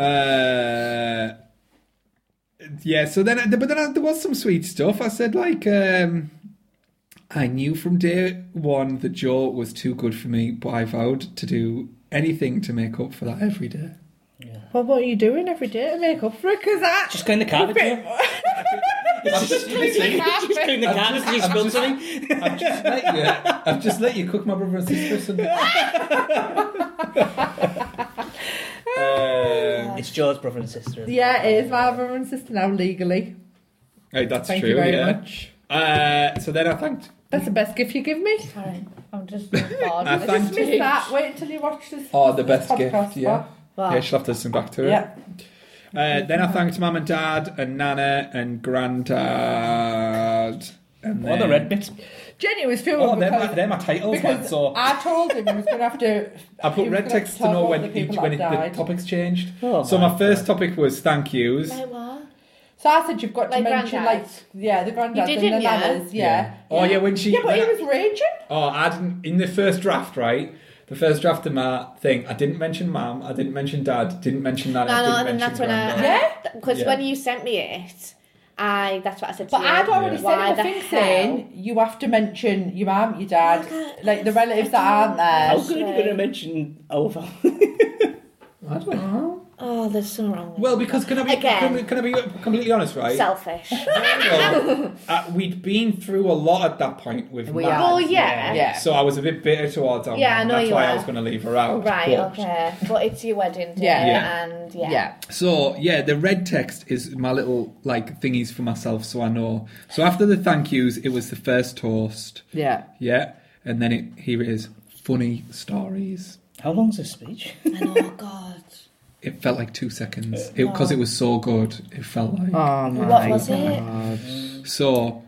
B: Uh, yeah, so then, but then there was some sweet stuff. I said, like, um, I knew from day one that Joe was too good for me, but I vowed to do anything to make up for that every day.
C: well, what are you doing every day to make up for it? Because I.
B: <laughs>
E: Just clean the carpet. Joe. Just just clean the carpet. You
B: I'm
E: spilled
B: just-
E: something.
B: I've just let you. I've just let you cook my brother and sister <laughs> something. Um,
E: It's Joe's brother and sister.
C: Yeah, it is my brother and sister now legally.
B: hey, that's
C: Thank
B: true.
C: you very
B: yeah.
C: much.
B: Uh, so then I thanked.
C: That's the best gift you give me.
D: Sorry, I'm just bored.
B: I
D: This is
B: thank you.
D: me.
C: Miss that. Wait until you watch this.
B: Oh, the best
C: podcast
B: gift.
C: back.
B: Yeah.
D: Wow.
B: Yeah, she'll have to listen back to it.
C: Yeah.
B: Uh, then I thanked mum and dad and nana and granddad. And
E: What the
B: then-
E: red bits?
C: Jenny was filming
B: Oh, they're my,
C: because,
B: they're my titles, man.
C: because
B: So
C: I told him he was going to have to.
B: I put
C: he was
B: red
C: gonna have
B: text to
C: talk
B: know
C: about
B: when
C: the people
B: each
C: that
B: when it, the
C: died.
B: topics changed.
E: Oh,
B: so
E: my
B: my first
E: God.
B: topic was thank yous.
D: Like what?
C: So I said you've got
D: Like
C: to mention
D: granddads.
C: like yeah the granddads
D: You
C: and the
D: didn't, yeah?
C: nanas yeah.
B: Oh yeah, when she
C: Yeah, but
B: when
C: he
B: I-
C: was raging.
B: Oh, I didn't in the first draft, right? The first draft of my thing, I didn't mention mum, I didn't mention dad, didn't mention nan, I
D: No,
B: didn't
D: no, and
B: mention
D: that's when I.
B: granddad.
C: Yeah?
D: Because
B: Yeah.
D: when you sent me it, I that's what I said. To
C: But
D: you.
C: I'd already
D: Why
C: said in the thing
D: hell?
C: saying you have to mention your mum, your dad,
D: God,
C: like the
D: yes,
C: relatives that
D: I
C: aren't
D: do.
C: there.
E: How good are you going to mention over?
B: I don't know.
D: Oh, there's so wrong. With
B: Well, because can I be
D: Again.
B: can, I- can I be completely honest, right?
D: Selfish.
B: Well, uh, we'd been through a lot at that point with
C: We
B: Nan,
C: are.
D: well, yeah.
C: Yeah.
B: so I was a bit bitter towards her.
D: Yeah,
B: Nan,
D: I know
B: That's
D: you
B: why I
D: are.
B: was going to leave her out.
D: Right,
B: but-
D: okay. But it's your wedding day,
C: Yeah.
B: Yeah.
D: and yeah.
B: So yeah, the red text is my little like thingies for myself, so I know. So after the thank yous, it was the first toast.
C: yeah.
B: Yeah, and then it here it is. Funny stories.
E: <laughs> How long's this speech?
D: I know, oh, God.
B: It felt like two seconds because it, was so good. It felt like
C: Oh my
D: What was it?
C: god.
B: so.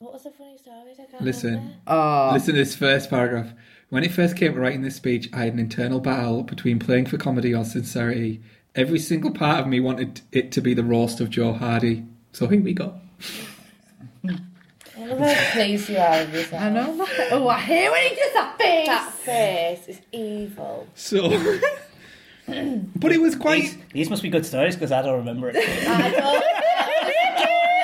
D: What was the funny story? I can't remember.
B: Listen,
C: Oh,
B: listen to this first paragraph. When it first came to writing this speech, I had an internal battle between playing for comedy or sincerity. Every single part of me wanted it to be the roast of Joe Hardy. So here we go.
D: I love how pleased you are with yourself.
C: I know. that. Oh, I hear when he does that face. <laughs>
D: That face is evil.
B: <laughs> So, but it was quite.
E: These, these must be good stories because I don't remember
C: <laughs>
E: it.
D: I don't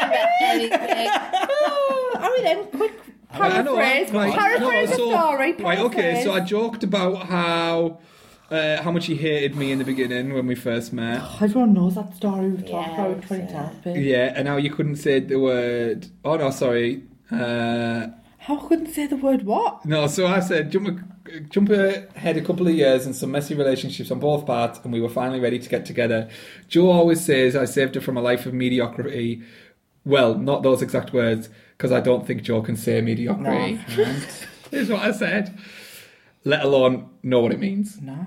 D: remember anything.
C: Oh, I mean, then quick
B: I know,
C: paraphrase.
B: right,
C: paraphrase
B: no, so-
C: the story.
B: Right, okay,
C: paraphrase.
B: so I joked about how uh, how much he hated me in the beginning when we first
C: <gasps>
B: met.
C: Everyone knows that story we've talked
D: Yeah,
C: about 20
D: yeah.
C: times. babe.
B: Yeah, and how you couldn't say the word. Oh no, sorry. Uh,
C: How I couldn't say the word what?
B: no, so I said jump a, jump ahead a couple of years and some messy relationships on both parts, and we were finally ready to get together. Joe always says I saved her from a life of mediocrity. Well, not those exact words, because I don't think Joe can say mediocrity. <laughs> Is what I said. Let alone know what it means.
C: No.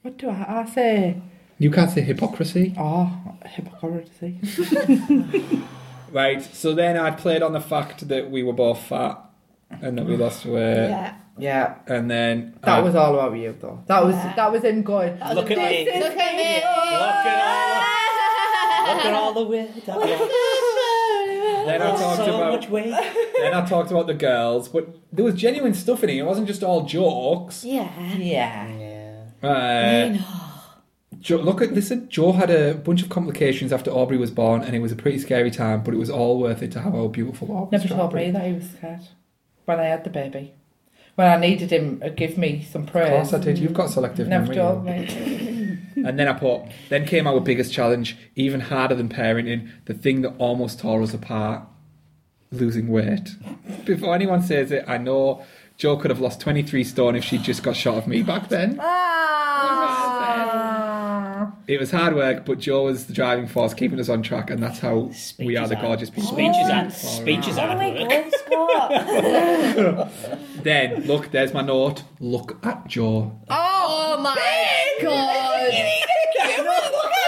C: What do I, I say?
B: You can't say hypocrisy.
C: Oh, hypocrisy.
B: Right. So then I played on the fact that we were both fat and that we lost weight.
D: Yeah.
C: Yeah.
B: And then
C: That
B: I-
C: was all about you, though. That was
D: Yeah.
C: that was him going.
E: Look at me.
C: "This is
D: Look at me.
E: Look at all, look at all the
C: <laughs>
E: weight. I've lost.
B: then I talked
E: so
B: about
E: much weight.
B: then I talked about the girls, but there was genuine stuff in it. It wasn't just all jokes.
D: Yeah.
C: Yeah.
B: Uh,
D: know.
B: Jo- look at listen. Joe had a bunch of complications after Aubrey was born, and it was a pretty scary time. But it was all worth it to have our beautiful Aubrey.
C: Never told me that he was scared when I had the baby. When I needed him to give me some
B: Of
C: praise.
B: course I did. You've got selective
C: Never
B: memory.
C: told me.
B: And then I put. Then came our biggest challenge, even harder than parenting. The thing that almost tore us apart: losing weight. Before anyone says it, I know Joe could have lost twenty three stone if she'd just got shot of me back then.
C: Ah.
B: It was hard work, but Joe was the driving force, keeping us on track, and that's how we are
E: Speeches
B: the
E: are-
B: gorgeous people.
E: Speeches at speeches
D: Oh
E: at
D: my
E: work.
D: god, Scott.
B: Then look, there's my note. Look at Joe.
D: Oh my
C: <laughs>
D: god.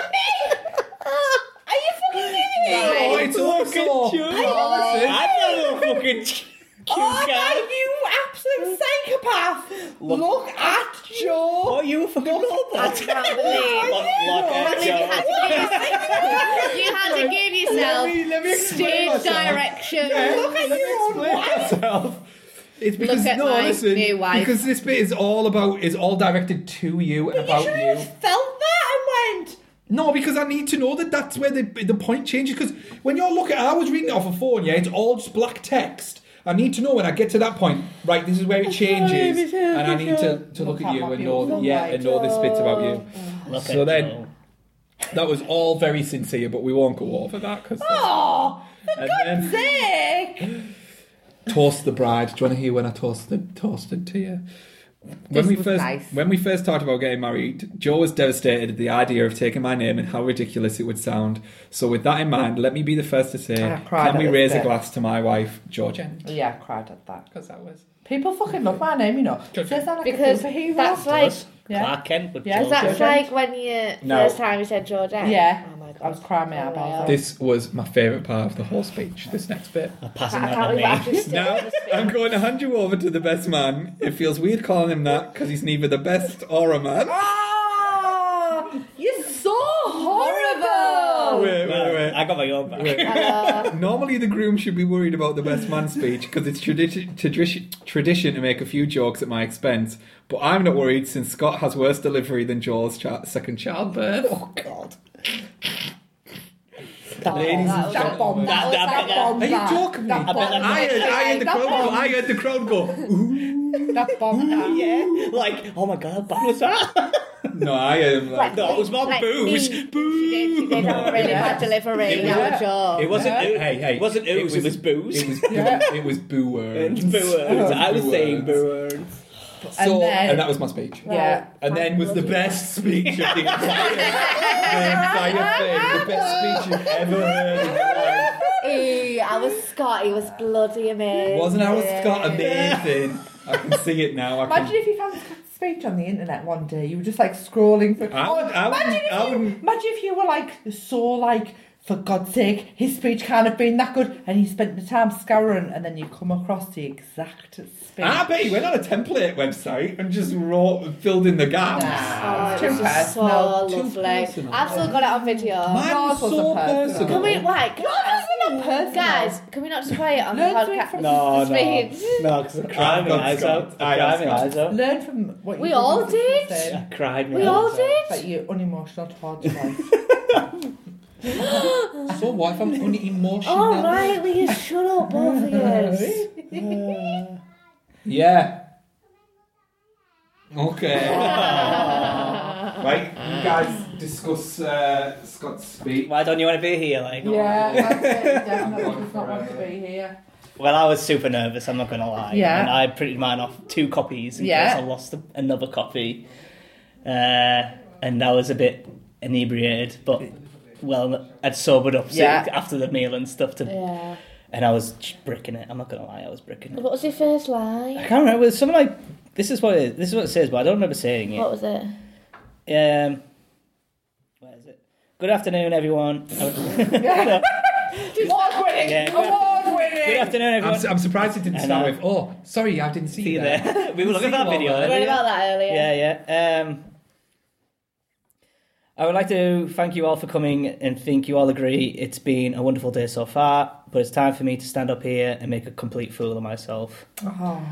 D: <laughs>
C: Are you fucking kidding me?
B: Oh, it's all so-
D: Oh.
B: Listen.
E: I'm not a
D: <laughs>
E: little fucking cute
C: Oh,
E: guy.
C: no, you absolute psychopath! Look, at Joe!
E: Oh, you fucking
D: I
E: robot.
D: can't <laughs> believe
E: Look, look at
D: you
E: Joe.
D: had to give yourself, you had to give yourself
B: Let me- let me explain
D: stage
B: myself.
D: direction.
B: Look at myself. It's because
D: Look at
B: no,
D: my
B: listen,
D: new wife.
B: because this bit is all about is all directed to you and
C: You
B: about
C: should
B: you.
C: have felt that and went,
B: No, because I need to know that that's where the the point changes. Because when you're looking, I was reading it off a phone. Yeah, it's all just black text. I need to know when I get to that point. Right, this is where it changes, and I need to, to look at you and know that, yeah, and know this bit's about you.
E: Look
B: So
E: at
B: then-
E: Joe.
B: That was all very sincere, but we won't go over that because
C: oh, for
B: And
C: God's
B: then-
C: sake!
B: toast the bride. Do you want to hear when I toasted toasted to you? When
C: This
B: we
C: was
B: first
C: nice.
B: when we first talked about getting married, Joe was devastated at the idea of taking my name and how ridiculous it would sound. So with that in mind, let me be the first to say,
C: I cried
B: can
C: at
B: we
C: this
B: raise a
C: bit.
B: glass to my wife, Georgian?
C: Yeah, I cried at that.
B: Because that was
C: People fucking love my name, you know.
B: Judge
C: Says that like
D: Because
C: a superhero.
D: that's like
C: Yeah.
E: Clark Kent would
C: Yeah,
E: Joe.
C: is that-
D: that's
C: Georgette?
D: like when you
B: No.
D: first time you said Georgette.
C: Yeah.
D: Oh my god.
C: I was crying my eyeballs out.
B: this was my favourite part of the whole speech. This next bit.
E: passing
D: I
E: that
D: can't
E: on
D: believe I
E: me.
D: actually
B: <laughs>
D: still
B: Now
D: have this
B: I'm going to hand you over to the best man. It feels weird calling him that because he's neither the best or a man.
C: Ah, you're so horrible!
B: Wait, wait, wait.
E: I got my own back.
B: Wait. Normally, the groom should be worried about the best man speech because it's tradition, tradition, tradition to make a few jokes at my expense. But I'm not worried since Scott has worse delivery than Joel's cha- second childbirth. Oh God! Ladies and
C: That
B: gentlemen,
C: bomb, that, was
E: that-
C: that,
E: that-
C: bomb,
B: are you
C: that,
B: joking me?
C: That
B: I,
C: bomb,
E: bet that's-
B: heard, I heard the
C: that
B: crowd go.
C: bomb,
B: I heard the crowd go. Ooh.
C: that bomb,
B: Mm.
C: that.
E: <laughs> Yeah, like, oh my god, how bad was that?
B: No, I am like.
E: No, it was my
D: like
E: booze.
D: me. She did, she
E: Booze.
D: did have a really
C: Yeah.
D: bad delivery.
E: It
D: Now
C: was-
D: it's your-
E: It wasn't
C: Yeah.
E: ooze.
B: Hey, hey!
E: It wasn't ooze. It was booze.
B: It was boo-
C: Yeah.
B: it was boo
E: <laughs>
B: words.
E: Boo words. I was
B: Boo
E: saying
B: words.
E: boo words.
B: So,
C: And then-
B: and that was my speech.
C: Yeah.
B: And then was the best speech of the entire, the entire thing. The best speech you've ever heard in your life.
D: Ooh, I was Scott. He was bloody amazing.
B: Wasn't Howard Scott amazing? I can see it now. I can.
C: Imagine if you found Scott's speech on the internet one day. You were just like scrolling through.
B: I would- I
C: imagine,
B: wouldn't-
C: if
B: I
C: you,
B: wouldn't-
C: imagine if you were like so like for God's sake, his speech can't have been that good. And he spent the time scouring, and then you come across the exact speech.
B: I bet he went on a template website and just wrote, filled in the gaps.
D: Oh,
C: It's
D: it
C: too
D: was just so
C: personal.
B: Too
D: lovely.
B: personal.
D: I've still got it on video.
B: Mine was
C: Yours was
B: so
C: a personal.
B: personal.
D: Can we, like,
C: not personal.
D: guys, can we not just play it on the
C: Learn to
D: podcast?
C: from-
E: No, no,
D: Speed.
E: no, because I cried my
B: got
E: eyes
B: Scott.
E: out. I
B: I got
E: cried my
B: Scott.
E: eyes out.
C: Learn from what you
D: We
C: did
D: all
C: with the
D: did.
C: person.
E: I cried my
D: We
E: eyes
D: all
E: out.
C: But
D: did.
C: you're unemotional towards life.
B: So what if I'm unemotional?
D: All right, will you shut up, both
C: <laughs>
D: of you?
B: Yeah. <laughs> Okay. right, you guys discuss uh, Scott's speech.
E: Why don't you want to be here? Like,
C: yeah, that's it. Definitely
B: going
C: does not want to
B: for it.
C: be here.
E: well, I was super nervous. I'm not gonna lie.
C: Yeah.
E: and I printed mine off two copies in
C: Yeah.
E: case I lost a- another copy, uh, and I was a bit inebriated, but well, I'd sobered up so-
C: Yeah.
E: after the meal and stuff. To
D: Yeah.
E: and I was j- bricking it. I'm not gonna lie, I was bricking it.
D: What was your first
E: I
D: line?
E: can't remember. It was something like this is what it is. this is what it says, but I don't remember saying it.
D: What was it?
E: Um, where is it? Good
C: <laughs>
E: afternoon, everyone. No.
C: Award winning!
E: Yeah.
C: Award
E: Good
C: winning!
E: afternoon,
B: I'm,
E: everyone.
B: s- I'm surprised it didn't
E: I
B: start
E: know.
B: with, oh, sorry, I didn't see,
E: See you
B: you
E: there. <laughs> we were looking at that
B: See you
E: video.
B: all
D: We read
E: earlier.
D: about that earlier.
E: Yeah, yeah. Um, I would like to thank you all for coming and think you all agree it's been a wonderful day so far, but it's time for me to stand up here and make a complete fool of myself.
C: Oh.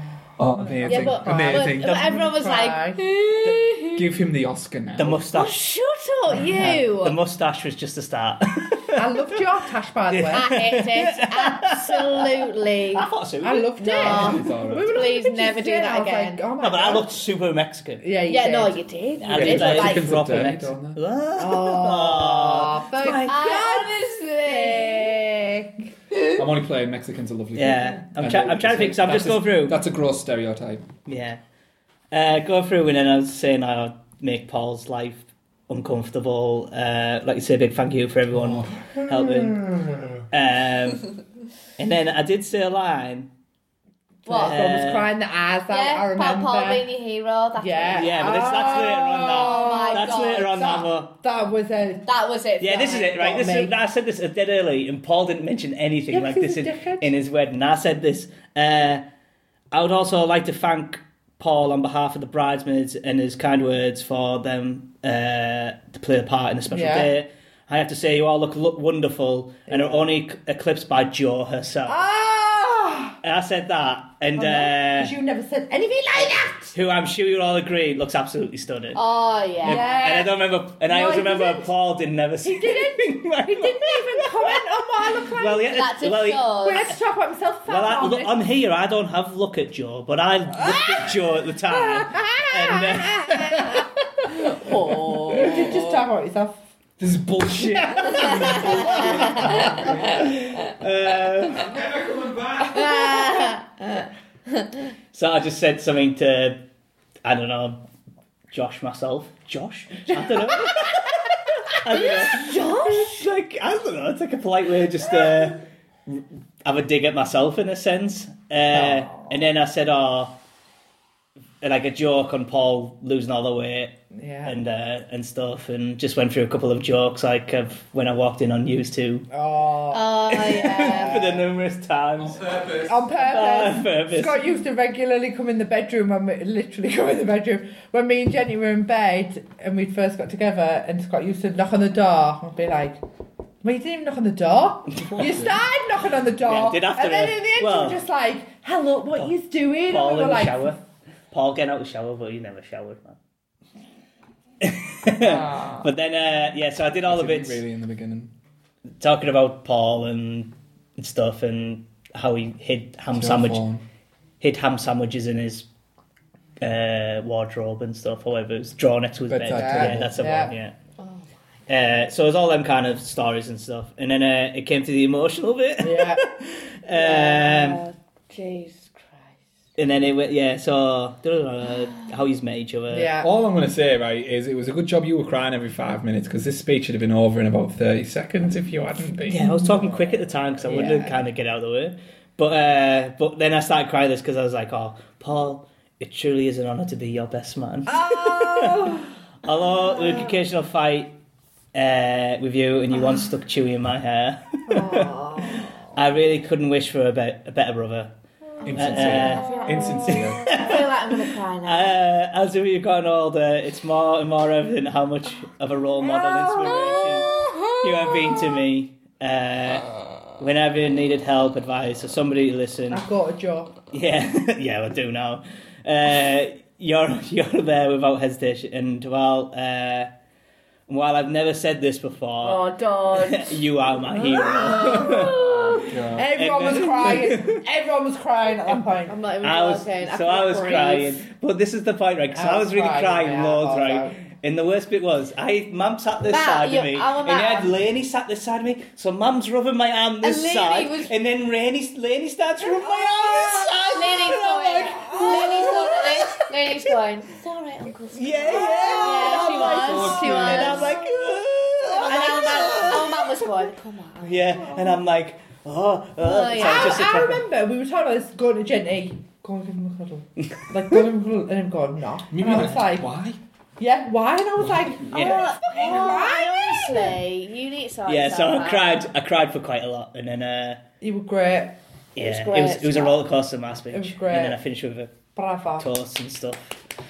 B: Oh, amazing.
D: Yeah, but, uh,
B: amazing.
D: but, but everyone was like,
B: Give him the Oscar now.
E: The
D: oh,
E: mustache.
D: shut
E: <laughs>
D: up, you!
E: The mustache was just a start. <laughs>
C: I loved your tash, by the way.
D: I hate it. Absolutely.
E: I thought so.
C: I loved
D: No.
C: it.
B: It's all right.
C: We were looking
D: Please
C: at pictures
D: never do
C: today,
D: that
C: and I was
D: again.
C: Like, oh my
E: no, but I
C: God.
E: looked super Mexican.
C: Yeah, you
D: Yeah,
C: did.
D: no, you did. You
E: I
D: did.
E: did,
B: like,
D: like,
B: chickens
E: proper
B: are dirty,
E: Mexican.
B: don't they?
D: Oh,
E: Ah.
C: Oh, thank
D: Honestly.
B: I'm only playing Mexicans are lovely.
E: Yeah,
B: people.
E: I'm,
B: I
E: try-
B: know,
E: I'm trying to
B: so
E: think. So I'm
B: that's
E: just
B: a-
E: going through.
B: That's a gross stereotype.
E: Yeah. Uh, go through and then I was saying I would make Paul's life uncomfortable. Uh, like you say, big thank you for everyone helping. Um, and then I did say a line.
D: What?
E: Uh,
C: I was crying the eyes out. I
D: yeah, Paul,
C: remember.
D: Paul being your hero. That's
C: Yeah.
D: it.
E: Yeah, but this, that's later on
D: Oh
E: now.
D: my
E: That's
D: God,
E: later on
D: that-
E: now. though.
C: That was a.
D: That was it.
E: Yeah, this is it, right? This
C: Got
E: is,
C: me.
E: I said this a dead early, and Paul didn't mention anything
C: Yeah,
E: like
C: 'cause
E: this
C: he's
E: in,
C: a dickhead.
E: in his wedding. I said this. Uh, I would also like to thank Paul on behalf of the bridesmaids and his kind words for them uh, to play a part in the special
C: Yeah.
E: day. I have to say, you all look, look wonderful and are only eclipsed by Jo herself.
C: Ah!
E: And I said that, and
C: Because
E: uh,
C: Oh, you never said anything like that!
E: who I'm sure you all agree looks absolutely stunning.
D: Oh, yeah.
E: And I don't remember, and I
C: No,
E: always
C: he
E: remember
C: didn't.
E: Paul didn't ever say
C: He didn't.
E: anything like
C: He didn't even comment on what I look like.
E: Well, yeah,
D: That's a
E: well, he-
C: Wait,
D: <laughs> show.
C: let's talk about myself.
E: Well, I,
C: Fat
E: look,
C: Army.
E: on here, I don't have look at Joe, but I looked at Joe at the time. And, uh,
D: Oh,
C: You did just talk about yourself.
B: This
D: <laughs>
B: is bullshit.
E: so I just said something to, I don't know, Josh myself. Josh? I don't know. I don't know. Josh? Like, I don't know. It's like a polite way to just uh, have a dig at myself in a sense. Uh, and then I said, oh, like a joke on Paul losing all the weight.
C: Yeah.
E: and uh, and stuff, and just went through a couple of jokes like of when I walked in on News Two
C: oh.
D: Oh,
C: Um,
D: yeah.
E: <laughs> for the numerous times. Ah,
C: On
E: On
C: purpose.
E: purpose.
C: uh, Scott used to regularly come in the bedroom when we literally come in the bedroom when me and Jenny were in bed and we'd first got together and Scott used to knock on the door and be like, "Well, you didn't even knock on the
E: <laughs>
C: door. you started knocking on the door."
E: Yeah, I did after
C: and then
E: her.
C: in the end,
E: Well-
C: you were just like, "Hello, what are you doing?"
E: Paul
C: and
E: in
C: we
E: the
C: were like,
E: shower. Paul getting out of the shower, but he never showered,
C: "Ah."
E: man. <laughs> But then, uh, yeah, so I did all the bits
B: really in the beginning.
E: talking about Paul and and stuff, and how he hid ham sandwich, hid ham sandwiches in his uh, wardrobe and stuff. However, it was drawn next to his bed.
B: Bedside
E: Yeah,
B: table.
E: that's the
C: Yeah.
E: one. Yeah. Uh, so it was all them kind of stories and stuff, and then uh, it came to the emotional bit. <laughs>
C: yeah,
E: Um,
D: Oh, Jesus Christ.
E: and then it went, yeah. So how he's met each other.
C: yeah."
B: All I'm going to say, right, is it was a good job you were crying every five minutes because this speech would have been over in about 30 seconds if you hadn't been.
E: Yeah, I was talking quick at the time because I wanted to
C: Yeah.
E: kind of get out of the way. But uh, but then I started crying this because I was like, oh, Paul, it truly
C: Ah.
E: is an honour to be your best man.
C: Oh,
E: Although the occasional fight uh, with you, and you once stuck Chewy in my hair. I really couldn't wish for a, be- a better brother.
D: I
B: Insincere.
D: <laughs> feel like- <laughs>
B: Insincere.
D: I feel like I'm gonna cry now.
E: Uh, as we've gotten older, it's more and more evident how much of a role model
C: Oh,
E: inspiration you have been to me. Uh, whenever I needed help, advice, or somebody
C: <laughs>
E: to listen.
C: I've got a job.
E: Yeah, <laughs> yeah, I do now. Uh, you're <laughs> you're there without hesitation, and while uh, while I've never said this before,
D: Oh, Dodge.
E: <laughs> you are my hero. Oh.
B: God.
C: Everyone was
E: <laughs> then-
C: crying. Everyone was crying at
E: <laughs>
C: that point.
D: I'm not even
E: I was
D: joking.
E: so I was
D: can't breathe.
E: crying, but this is the point, right? Because I,
C: I
E: was
C: was
E: really
C: crying,
E: crying
C: yeah,
E: loads,
C: I was
E: right?
C: out.
E: And the worst bit was, I mum sat this
D: Matt,
E: side
D: you-
E: of me,
D: our
E: and you had
D: Matt.
E: Laney sat this side of me. So mum's rubbing my arm this
D: And Lainey
E: side,
D: was- Oh,
E: and then Rainey, Laney starts rubbing my arm this side.
D: Lenny's
E: and I'm
D: going.
E: like,
D: Lenny's going. Lenny's going. It's all right, Uncle. Sam."
E: yeah, yeah,
D: Yeah, she
E: I'm like,
D: was. She
E: And
D: was.
E: I'm like, oh, "Ugh."
D: And our mum, our mum was going. Come on. Uncle."
E: Yeah, and I'm like, oh, oh,
D: Oh,
E: it's
D: yeah.
E: like just a
C: I, I
E: couple-
C: remember we were talking about this going to Gen E. Go and give him a cuddle. Like, go and give him a cuddle. And I'm going, no.
B: You
C: And I
B: were
C: was like,
B: why?
C: yeah, why? And I was like,
E: Yeah.
D: Oh, oh, honestly, you need to sort
E: Yeah, so
D: yourself
E: I
D: out.
E: cried. I cried for quite a lot, and then uh,
C: you were great.
D: was
E: yeah, it was
D: great.
E: it was, a roller coaster my speech,
C: It was great.
E: and then I finished with a
C: Brava.
E: toast and stuff,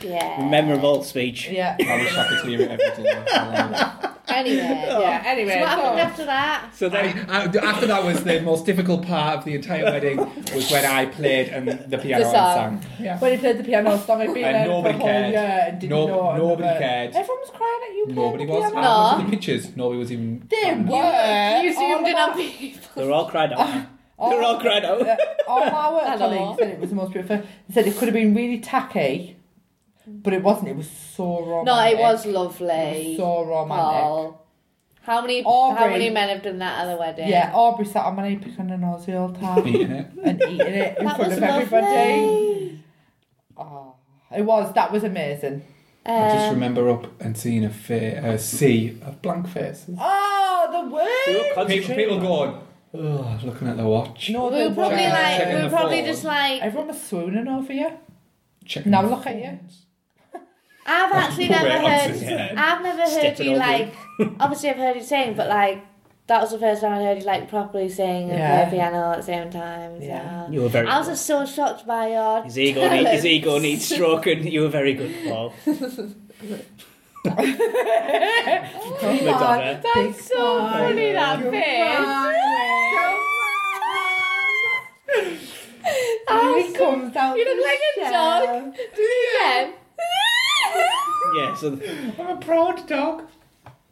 D: Yeah.
E: memorable speech.
C: Yeah.
B: I wish I could hear it every day. I,
E: <laughs>
D: Anyway.
E: Oh.
C: Yeah, anyway.
D: So what happened
C: so-
D: after that?
E: So then,
B: I- after that was the most difficult part of the entire wedding was when I played and the piano
D: The song.
B: and sang. Yeah.
C: When he played the piano song, I'd been
B: And
C: there for
B: nobody
C: a whole
B: cared.
C: year and didn't
B: No-
C: know. it.
B: nobody
C: Never-
B: cared.
C: Everyone was crying at you playing
B: Nobody
C: the
B: was. <laughs>
C: piano.
B: I looked at the pictures. Nobody was even.
C: They were.
D: You
C: all
D: zoomed in
C: about-
D: on people.
E: they were all cried out.
C: all-
E: they were all cried out.
C: Uh, all my work
D: Hello.
C: colleagues said it was the most beautiful. They said it could have been really tacky, but it wasn't. It was
D: <laughs>
C: so
D: No,
C: romantic.
D: it was
C: It was
D: lovely.
C: so romantic.
D: Paul. How many
C: Aubrey.
D: how many men have done that at the wedding?
C: Yeah, Aubrey sat on my knee picking an Aussie all the
B: <laughs>
C: time
B: Beating it.
C: and eating it in
D: That
C: front
D: was
C: of everybody.
D: lovely.
C: Oh, it was. That was amazing.
B: I just
D: Um,
B: remember up and seeing a, fa- a sea of blank faces.
D: Ah,
C: Oh, the
E: We were
C: word.
E: concentrating
B: People, people
E: on-
B: going, oh, looking at their watch.
C: No,
D: we
C: they
D: were probably
C: were.
D: like we
B: Checking
D: were
B: the
D: probably
B: phone.
D: just like
C: Everyone was swooning over you.
B: Checking
C: Now
B: their
C: look at you.
D: I've actually
B: Wait,
D: never
B: I'm
D: heard.
B: just-
D: I've never heard
E: Stepping
D: you
E: over. <laughs>
D: like. obviously, I've heard you sing, but like that was the first time I heard you like properly sing and
C: Yeah.
D: play piano at the same time. So.
C: Yeah.
E: <laughs> You were very.
D: I was
E: good.
D: just so shocked by your.
E: His ego, need, his
D: talents.
C: <laughs>
E: ego needs stroking. You were very good, Paul.
C: Come
E: We're done there.
D: <laughs> That's so funny that
C: Come
D: face.
C: on.
D: I'm
C: Here
D: so-
C: comes out
D: You look
C: the
D: like a
C: shell.
D: dog. Do it again.
E: Yeah, so
B: I'm a proud dog.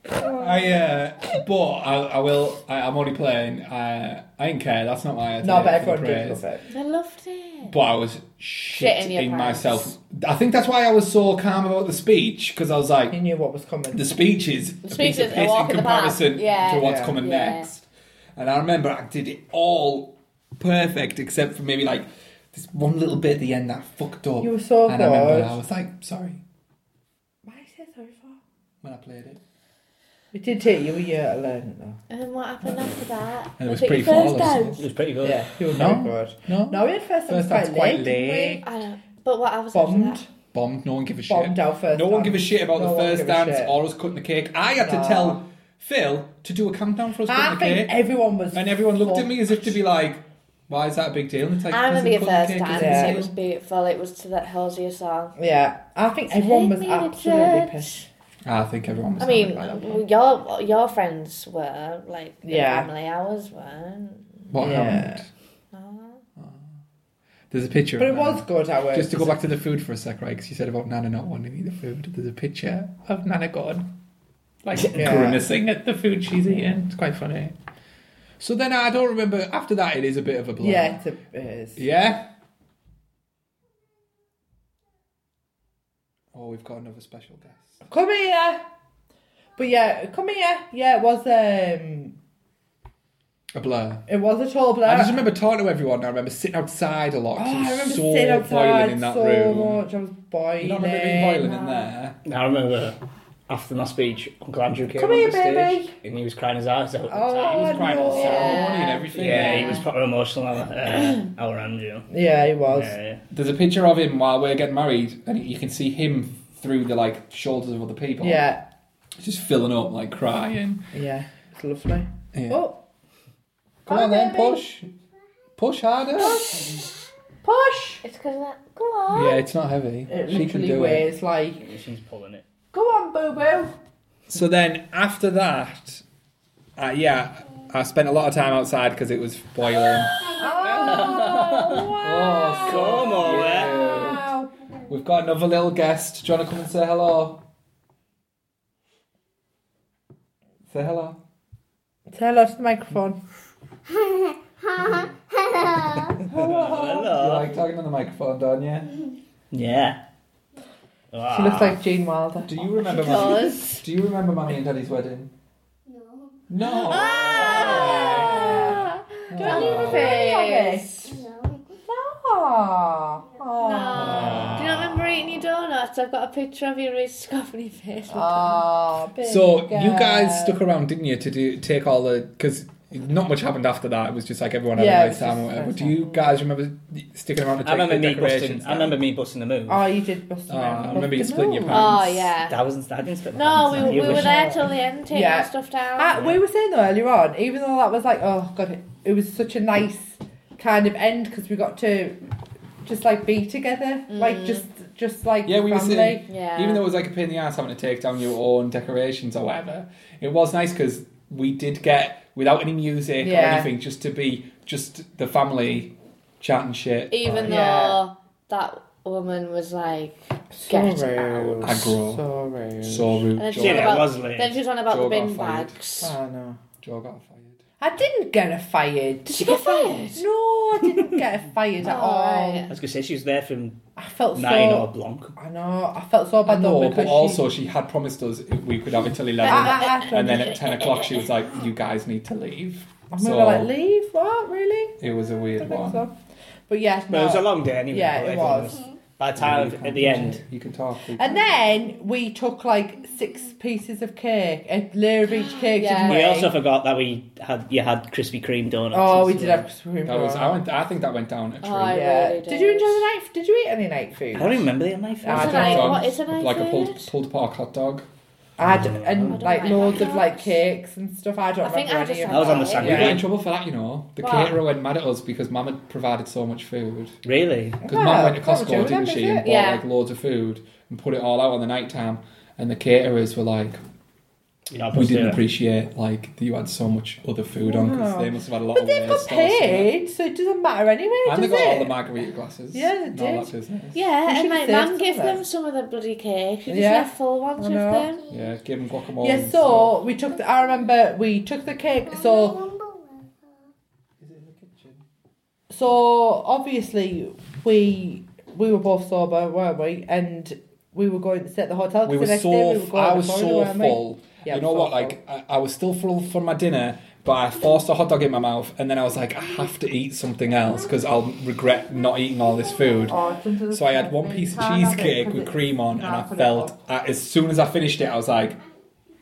B: I, uh, but I, I will. I, I'm only playing. I, I didn't care. That's not why. I
C: No,
B: did
C: but
B: it for the
C: everyone did
B: praise.
C: love it.
D: I loved it.
B: But I was
D: in your
B: shitting
D: pants.
B: myself. I think that's why I was so calm about the speech because I was
C: He
B: like,
C: knew what was coming.
B: the speech is a
D: speech
B: piece of
D: is a
B: piss in
D: walk in the park.
B: comparison
D: Yeah.
B: to what's
C: Yeah.
B: coming
D: Yeah.
B: next. And I remember I did it all perfect except for maybe like this one little bit at the end that I fucked up.
C: You were so
B: And I remember
C: good.
B: I was like, sorry
C: Why did you say sorry for?
B: when I played it.
C: It did take you a year to learn it, though.
D: And what happened after that?
B: And it was
D: Was it
B: pretty
D: your first
B: flawless.
E: it was pretty good.
C: Yeah, you were
B: No.
C: very good.
B: No,
C: No, we had first time
B: First
C: quite,
B: time's quite
C: late.
B: late.
D: I know. But what I was after
C: Bombed.
D: that.
B: bombed. No one give a shit.
C: Bombed out first
B: No one
C: time.
B: give a shit about
C: No
B: the
C: one
B: first
C: give a
B: dance
C: shit.
B: or us cutting the cake. I had
C: Nah.
B: to tell Phil to do a countdown for us
C: I
B: cutting the
C: think
B: cake.
C: everyone was.
B: and everyone looked at me as if to be like, why is that a big deal? And it's like,
D: I remember your
B: "'Cause
D: first
B: it's
D: dance.
B: cutting the
C: Yeah.
D: It
B: cake,
D: was
B: isn't
D: beautiful. It was to that Hosier song.
C: Yeah, I think everyone was
D: Take me to
C: absolutely
D: church.
C: pissed.
B: it?" Ah, I think everyone was
D: I
B: happy
D: mean,
B: by that.
D: your your friends were like your
C: Yeah.
D: family. Ours weren't.
B: What
C: Yeah.
B: happened? Ah. There's a picture.
C: But it
B: of Nana.
C: was good, I was.
B: Just to go back to the food for a sec, right? Because you said about Nana not wanting to eat the food. There's a picture of Nana gone, like
C: <laughs> Yeah.
B: grimacing at the food she's eating. It's quite funny. So then I don't remember. After that, it is a bit of a blur.
C: Yeah, it's a, it is.
B: Yeah. Oh, we've got another special guest.
C: Come here! But yeah, come here. Yeah, it was um,
B: A blur.
C: it was a tall blur.
B: I just remember talking to everyone. I remember sitting outside a lot.
C: Oh,
B: 'cause it was
C: I remember
B: so
C: sitting outside
B: boiling in that
C: so
B: room.
C: much. I was boiling.
B: You don't remember being boiling in there?
E: I remember after my speech, Uncle Andrew came
C: Come
E: on
C: here,
E: the stage
C: baby.
E: and he was crying his eyes out. at the
C: Oh,
E: time.
B: He was quite
C: no.
B: ceremony and everything.
E: Yeah, he was proper emotional. I'm like,
C: <clears throat>
E: uh, our Andrew.
C: Yeah, it was.
E: Yeah,
B: There's a picture of him while we're getting married, and you can see him through the like shoulders of other people.
C: Yeah,
B: just filling up, like crying.
C: Yeah, it's lovely.
B: Yeah.
D: Oh,
B: Come
D: Hi,
B: on then,
D: baby.
B: push. Push harder.
C: Push.
D: it's because of that. Go on.
B: Yeah, it's not heavy.
C: It
B: she can
C: literally
B: do it.
C: weighs like.
E: She's pulling it.
C: Go on, Boo
B: <laughs>
C: Boo.
B: So then after that, uh, yeah, I spent a lot of time outside because it was boiling.
C: Oh wow.
E: Come on,
C: Wow.
B: We've got another little guest. Do you want to come and say hello? Say hello.
C: Tell hello to the microphone. Oh.
B: You
E: Hello.
B: like talking on the microphone, don't you?
E: Yeah.
C: She
B: Ah.
C: looks like Gene Wilder.
B: Do you remember? Mummy-
D: Because.
B: Do you remember mummy and daddy's wedding?
F: No,
B: No.
D: Ah!
C: Don't
B: you
C: remember any of it?
D: Face.
F: no.
C: Aw. Aw.
D: No. Do you not remember eating your donuts? I've got a picture of you really scoffing your face.
C: Aw, big
B: So you guys
C: girl.
B: stuck around, didn't you, to do take all the because not much happened after that. It was just like everyone had
C: Yeah,
B: a
C: it
B: nice
C: was
B: time. Or
C: just
B: whatever.
C: nice
B: Do you
C: time.
B: guys remember sticking around to
E: Ah. I
B: take
E: remember
B: the
E: me
B: decorations?
E: busting. I remember me busting the move.
C: Oh, you did bust them
B: Oh,
C: out.
B: I remember you
C: Bust
B: split
C: them
B: your
C: out.
B: pants.
D: Oh, yeah.
E: I wasn't. I didn't spend.
D: No, we, we
E: It
D: were
E: was-
D: there till the end, taking
C: Yeah.
D: our stuff down.
C: Ah, we were saying though earlier on, even though that was like, oh god, it, it was such a nice kind of end because we got to just like be together, like just just like
B: Yeah, we were
C: family.
B: sitting-
D: yeah.
B: Even though it was like a pain in the ass having to take down your own decorations or whatever, it was nice because we did get without any music or
C: Yeah.
B: anything, just to be just the family chatting shit.
D: Even though
C: Oh, Yeah.
D: that woman was like,
C: Sorry,
D: Get out.
B: Aggro.
C: Sorry.
B: so rude.
D: And then
B: Joe,
D: she
E: Yeah,
D: about-
E: it was late.
D: then she was on about the
B: Joe got
D: bin
B: fired.
D: bags.
C: I know.
B: Joe got fired.
C: I didn't get her fired. Did
D: she get fired?
C: No, I didn't get her
D: <laughs>
C: fired at
D: Oh,
C: all.
E: I
D: right.
E: was gonna say she was there from
C: I felt
E: nine
C: so.
E: or Blanc.
C: I know. I felt so bad though
B: No,
C: because
B: but also she had promised us we could have it till
C: she, I,
B: eleven.
D: <laughs>
C: I, I,
B: And then at 10 o'clock, she was like, You guys need to leave.
C: I'm
B: so-
C: gonna like leave. What really?
B: It was a
C: I
B: weird
C: think
B: one.
C: so. But yeah,
E: But it was a
C: no.
E: long day anyway.
C: Yeah,
E: but
C: it
E: everyone
C: was.
E: By the time at the end,
B: You can talk. we can-
C: And then we took like six pieces of cake, a layer of each cake,
D: Yeah.
C: didn't we?
E: we also forgot that we had you had Krispy Kreme donuts.
C: oh,
E: and
C: we
E: stuff.
C: did have Krispy Kreme.
B: that was, I,
C: donuts.
B: went, I think that went down a tree.
D: Oh, I
C: yeah.
D: really
C: did.
D: did.
C: you enjoy the night? Did you eat any night food?
E: I don't remember the night.
C: I
D: What's
E: first.
D: a
C: don't
D: night?
C: know.
D: What is a night
B: like a
D: food?
B: pulled, pulled pork hot dog.
C: I had and
D: don't
C: like
D: like
C: loads
D: hot
C: of like
D: dogs.
C: cakes and stuff. I don't
D: I think
C: remember
D: I just
C: any of
D: had
E: That was on the
D: that.
E: Sunday.
B: We got
E: Yeah.
B: in trouble for that, you know. The
D: What?
B: caterer went mad at us because Mum had provided so much food.
E: Really?
B: Because
C: Well,
B: Mum went to
C: that was
B: Costco,
C: your
B: didn't
C: remember,
B: she?
C: is
B: And
C: it?
B: bought
D: Yeah.
B: like loads of food and put it all out on the night time. And the caterers were like,
E: You know,
B: we didn't
E: appreciate.
B: appreciate like that you had so much other food on 'cause on
C: Wow.
B: because they must have had a lot
C: But
B: of
C: they've
B: waste or
C: got
B: something.
C: paid, so it doesn't matter anyway,
B: And they
C: does
B: got
C: it?
B: all the margarita glasses.
C: Yeah, they
B: and all
C: did.
B: that business.
D: Yeah,
C: We
D: and
C: should've
D: like,
C: saved
D: Mum
C: some
D: gave
C: of
D: them
C: that.
D: some of the bloody cake. She just
C: Yeah.
D: left full ones
C: I
D: with
C: know.
D: them.
B: Yeah, give him guacamole.
C: yeah,
B: and
C: so we took the. I remember we took the cake. So
B: stuff. Is it in the kitchen?
C: So obviously we we were both sober, weren't we? And we were going to stay at the hotel. 'cause
B: We were
C: the next day
B: so.
C: we were going
B: I
C: to
B: was
C: Florida,
B: so
C: weren't we?
B: full.
C: Yeah,
B: you know
C: so
B: what? Like I, I was still full from my dinner, but I forced a hot dog in my mouth, and then I was like, I have to eat something else because I'll regret not eating all this food.
C: Oh, it's under the
B: So I had
C: side,
B: one
C: so you
B: piece of
C: can't have it
B: cheesecake
C: 'cause
B: with
C: it's-
B: cream on, and
C: can't
B: I
C: put it
B: felt
C: on.
B: I- as soon as I finished it, I was like,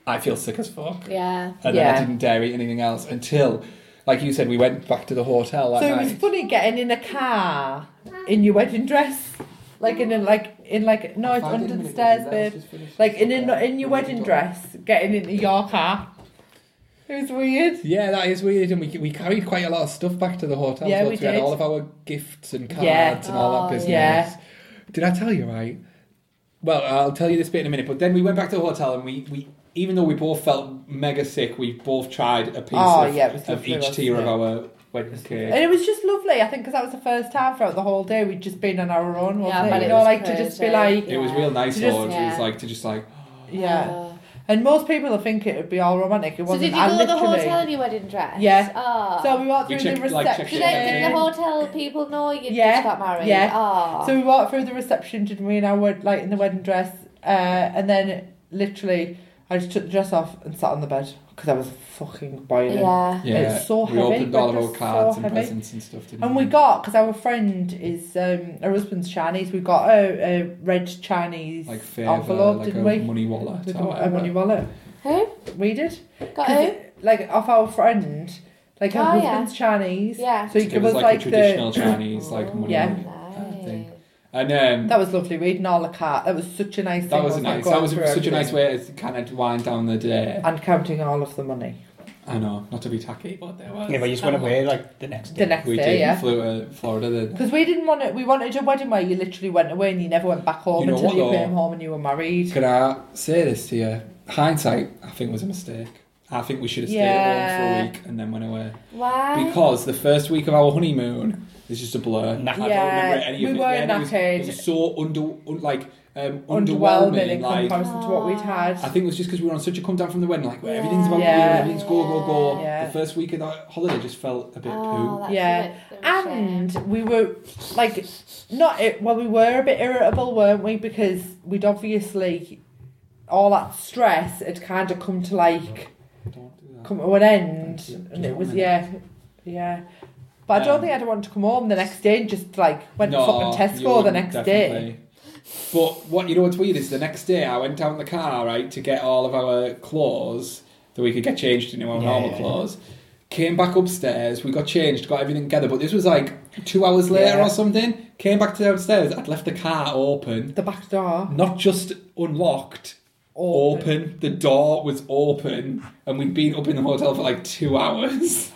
B: I feel sick as fuck,
D: Yeah.
B: and then I
C: Yeah.
B: didn't dare eat anything else until, like you said, we went back to the hotel that
C: So it
B: night.
C: was funny getting in a car in your wedding dress, like in a like in like no, it's
B: I didn't
C: under the
B: really
C: stairs,
B: do that, I was
C: babe.
B: just finishing
C: Like in
B: something
C: in,
B: else.
C: in your
B: Really
C: wedding
B: don't-
C: dress, getting into your car. It was weird.
B: Yeah, that is weird, and we we carried quite a lot of stuff back to the hotel.
C: Yeah,
B: so
C: we
B: we had
C: did.
B: all of our gifts and cards
C: Yeah.
B: and all that
D: Oh,
B: business.
C: yeah.
B: Did I tell you right? Well, I'll tell you this bit in a minute. But then we went back to the hotel, and we, we even though we both felt mega sick, we both tried a piece
C: Oh,
B: of,
C: yeah, it was
B: of
C: lovely,
B: each
C: wasn't
B: tier of
C: it?
B: our wedding cake.
C: And it was just lovely, I think, because that was the first time throughout the whole day we'd just been on our own, wasn't
D: Yeah,
C: it?
D: but
C: You
D: it
C: know,
D: was
C: like to just be
D: crazy.
C: like,
B: It was real nice,
C: To just-
B: though. It was
D: yeah.
B: like to just like
C: yeah.
D: Oh.
C: And most people would think it would be all romantic. It
D: So
C: wasn't.
D: did you
C: I
D: go to the
C: literally-
D: hotel in your wedding dress?
C: Yeah.
D: Oh.
C: So we walked
B: You
C: through the
B: checked- like, checked
C: reception.
D: did,
B: in
D: they, did the hotel people know you
C: Yeah.
D: just got married?
C: Yeah.
D: Oh.
C: So we walked through the reception, didn't we? And I went like in the wedding dress, uh, and then literally I just took the dress off and sat on the bed because I was fucking boiling.
D: yeah.
B: yeah.
C: It's so
B: we
C: heavy,
B: opened all of
C: but
B: our
C: it's
B: cards
C: so
B: and
C: heavy.
B: presents and stuff. Didn't
C: And we got because our friend is um, her husband's Chinese. We got a, a red Chinese
B: like favour,
C: envelope,
B: like a
C: didn't we?
B: money wallet.
C: We
B: or
C: got a
B: whatever.
C: money wallet.
D: Who?
C: We did.
D: Got
C: 'Cause
D: who?
C: it- Like off our friend, like her
D: Oh, yeah.
C: husband's Chinese.
D: Yeah.
C: So he
B: It
C: gave
B: was
C: us
B: like,
C: like
B: a
C: <coughs> the
B: traditional Chinese like money
C: Yeah.
B: wallet.
D: Nice.
B: think. And um,
C: That was lovely reading all the cat. That was such a nice.
B: that
C: thing,
B: was
C: wasn't it,
B: nice.
C: going
B: That was
C: through
B: such a nice
C: everything.
B: way to kind of wind down the day.
C: And counting all of the money.
B: I know, not to be tacky, but there was.
E: Yeah, but you just went away like the next day.
C: The next
B: We
C: day,
B: did.
C: yeah.
B: Flew to Florida. The,
C: Because we didn't want it. We wanted a wedding where you literally went away and you never went back home
B: You know
C: until
B: what,
C: you
B: though?
C: came home and you were married.
B: Can I say this to you? Hindsight, I think was a mistake. I think we should have stayed at
C: Yeah.
B: home for a week and then went away.
D: Why?
B: Because the first week of our honeymoon is just a blur.
E: Knackered.
B: I don't
C: Yeah,
B: remember any
C: we
B: of it.
C: were
B: yeah, and it was- It
C: knackered.
B: was so under, un, like um,
C: Underwhelming
B: underwhelming.
C: in
B: Like
C: comparison to what we'd had.
B: I think it was just because we were on such a come down from the wedding, like where everything's about
C: Yeah.
B: you, everything's go go go.
C: Yeah.
B: The first week of that holiday just felt a bit
D: Oh,
B: poo.
D: that's
C: Yeah.
D: a bit of a shame.
C: And we were like, not it. Well, we were a bit irritable, weren't we? Because we'd obviously all that stress had kind of come to like
B: Don't do that.
C: come to an
B: Thank
C: end,
B: you.
C: and it was
B: Just
C: yeah, yeah. But I don't
B: Um,
C: think I'd want to come home the next day and just like went
B: No,
C: to fucking
B: you
C: Tesco the
B: wouldn't,
C: next day.
B: definitely. But what you know what's weird is the next day I went down the car right to get all of our clothes that we could get changed into our
E: Yeah,
B: normal
E: yeah, yeah.
B: clothes. Came back upstairs, we got changed, got everything together. But this was like two hours later
C: Yeah.
B: or something. Came back to downstairs, I'd left the car open,
C: The back door
B: not just unlocked. Open. The door was open, and we'd been up in the hotel for like two hours.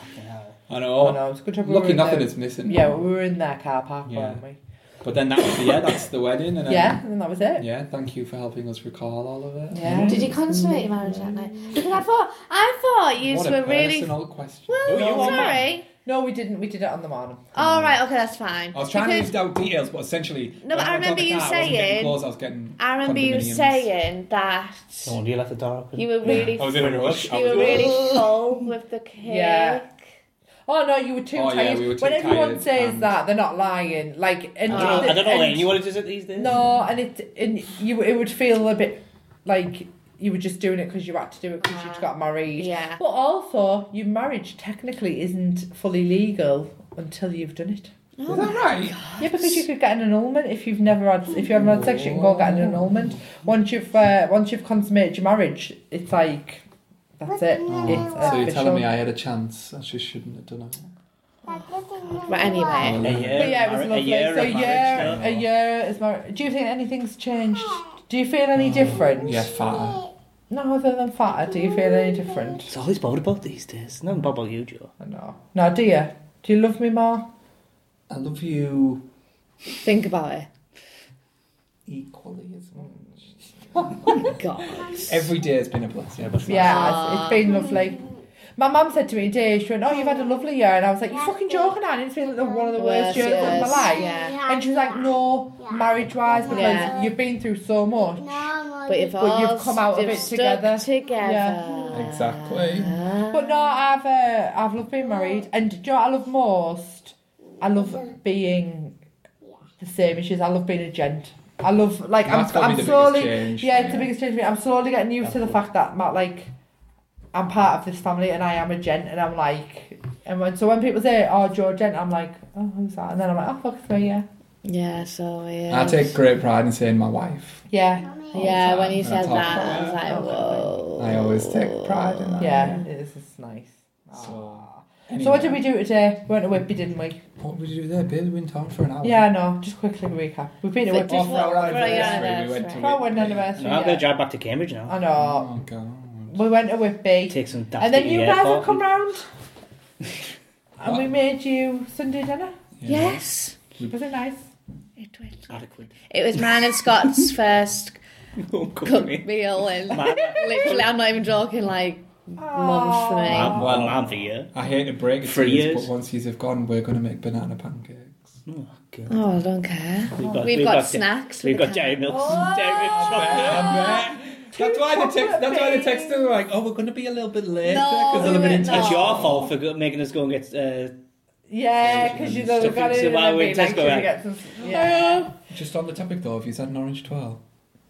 B: I know.
C: Oh no, it's good job we were
B: Lucky
C: in
B: nothing
C: the-
B: is missing.
C: Yeah, we were in their car park,
B: Yeah.
C: weren't we?
B: But then that was the, yeah, that's the wedding. And then,
C: yeah, and that was it.
B: Yeah, thank you for helping us recall all of it.
C: Yeah.
D: Did you consummate your marriage that night? Because I thought I thought you
B: what
D: were
B: a
D: really.
B: personal question.
E: Who you
D: Well,
E: want,
D: sorry.
C: No, we didn't. We did it on the morning.
D: All right. Okay, that's fine.
B: I was trying
D: Because-
B: to leave out details, but essentially,
D: No, but I
B: when went on
D: remember
B: the
D: you
B: car, I wasn't getting
D: saying-
B: clothes, I was getting.
D: I remember you
B: condominiums.
D: saying that
E: No wonder you left the door open.
D: you were really
B: I was in a rush. I
D: you
B: was
D: were really full with the cake.
C: Yeah. Oh no, you were too
B: Oh, yeah,
C: tired.
B: we were too
C: when everyone
B: tired,
C: says
B: and-
C: that, they're not lying. Like, and
E: I don't know, Oh, I don't know
C: and-
E: Lane, you want to do it these days?
C: No, and it and you it would feel a bit like you were just doing it because you had to do it because
D: Ah.
C: you got married.
D: Yeah.
C: But also, your marriage technically isn't fully legal until you've done it.
D: Oh
B: Is that right?
C: Yeah, because you could get an annulment if you've never had if you haven't had sex, you can go and get an annulment. Once you've uh, once you've consummated your marriage, it's like that's it. It's
B: Oh. so you're
C: official.
B: telling me I had a chance. I just shouldn't have done it.
D: But anyway,
E: A year,
C: But yeah, it
E: of
C: was
E: marri-
C: lovely.
E: a year
C: so
E: of marriage,
C: year,
E: though.
C: a year is married. Do you think anything's changed? Do you feel any different?
B: Yeah, fatter.
C: No, other than fatter, do you feel any different?
E: It's all he's bothered about these days. Nothing bothered about you, Joe.
C: I know. No, do you? Do you love me more?
B: I love you
D: think about it.
B: equally as much.
D: God.
B: Every day has been a blessing. Yeah, but
C: Yeah, it's, it's been lovely. My mum said to me today, she went, Oh, you've had a lovely year. And I was like, You're fucking joking, aren't you? It's been like the- one of the worst years of my
D: Yes,
C: life.
D: Yeah.
C: And she was like, No, marriage wise, because
D: Yeah.
C: you've been through so much.
D: But if
C: But you've
D: all
C: come out of
D: you've
C: it
D: stuck
C: together.
D: together.
C: Yeah.
B: Exactly.
C: But no, I've uh, I've loved being married, and do you know what I love most? I love being the same as you. I love being a gent. I love like
B: That's probably
C: I'm, I'm
B: the biggest
C: slowly
B: change.
C: yeah, it's the
B: Yeah.
C: biggest change for me. I'm slowly getting used to the fact that Matt like I'm part of this family and I am a gent, and I'm like, and when, so when people say oh Joe gent, I'm like oh who's that, and then I'm like oh fuck it's me yeah
D: Yeah. So yeah.
B: I take great pride in saying my wife.
C: yeah
D: Yeah, when you
B: And I
D: said
B: talk
D: that, I
B: about
D: was
B: it.
D: like, whoa.
B: I always take pride in that.
C: yeah it is it's nice.
B: So,
C: Aw.
B: anyway.
C: So what did we do today? We went to Whitby, didn't we?
B: What did you do there, Bill? We went on for an hour.
C: Yeah, no. Just quickly recap. We've been to
D: Like,
C: Whitby.
B: Off
D: For
B: our
D: our
B: anniversary, we went to
D: anniversary.
C: For our wedding
B: Whitby.
C: anniversary.
E: No, I'm going
C: yeah.
E: to drive back to Cambridge now.
C: I know.
B: Oh god.
C: We went to Whitby.
E: Take some daft
C: And then
E: at the
C: you guys
E: airport.
C: have come round. and
B: What?
C: we made you Sunday dinner.
D: Yes.
C: Was it nice?
D: It was.
E: Adequate.
D: It was mine and
B: <laughs>
D: Scott's first
E: Don't come to
D: cooked
E: me.
D: meal, and
E: Man.
D: literally, I'm not even joking. Like months for me.
C: Aw.
E: I'm
B: Well-
E: well, man for you.
B: I hate to break it to
E: Three
B: you,
E: years.
B: but once you have gone, we're going to make banana pancakes.
E: Oh, God.
D: Oh, I don't care.
E: We've got,
D: We've, got,
E: di-
D: snacks.
E: We've
D: with the
E: got Dairy
D: cat.
E: Milk.
C: Oh.
E: Dairy Milk
B: That's
E: chocolate.
C: <laughs> Two
B: why the text.
C: chocolate
B: That's why the
C: things.
B: text are like, "Oh, we're going to be a little bit late
D: No,
B: because of the
D: we're
B: in
D: not.
E: It's your fault for go- making us go and get. Uh,
C: Yeah, because you know
E: Stuff
C: we've got
E: into
C: it.
E: my
C: and then we
E: Tesco
C: like, should we
E: bag.
C: get some- Yeah.
B: Just on the topic though, have you had an orange twirl?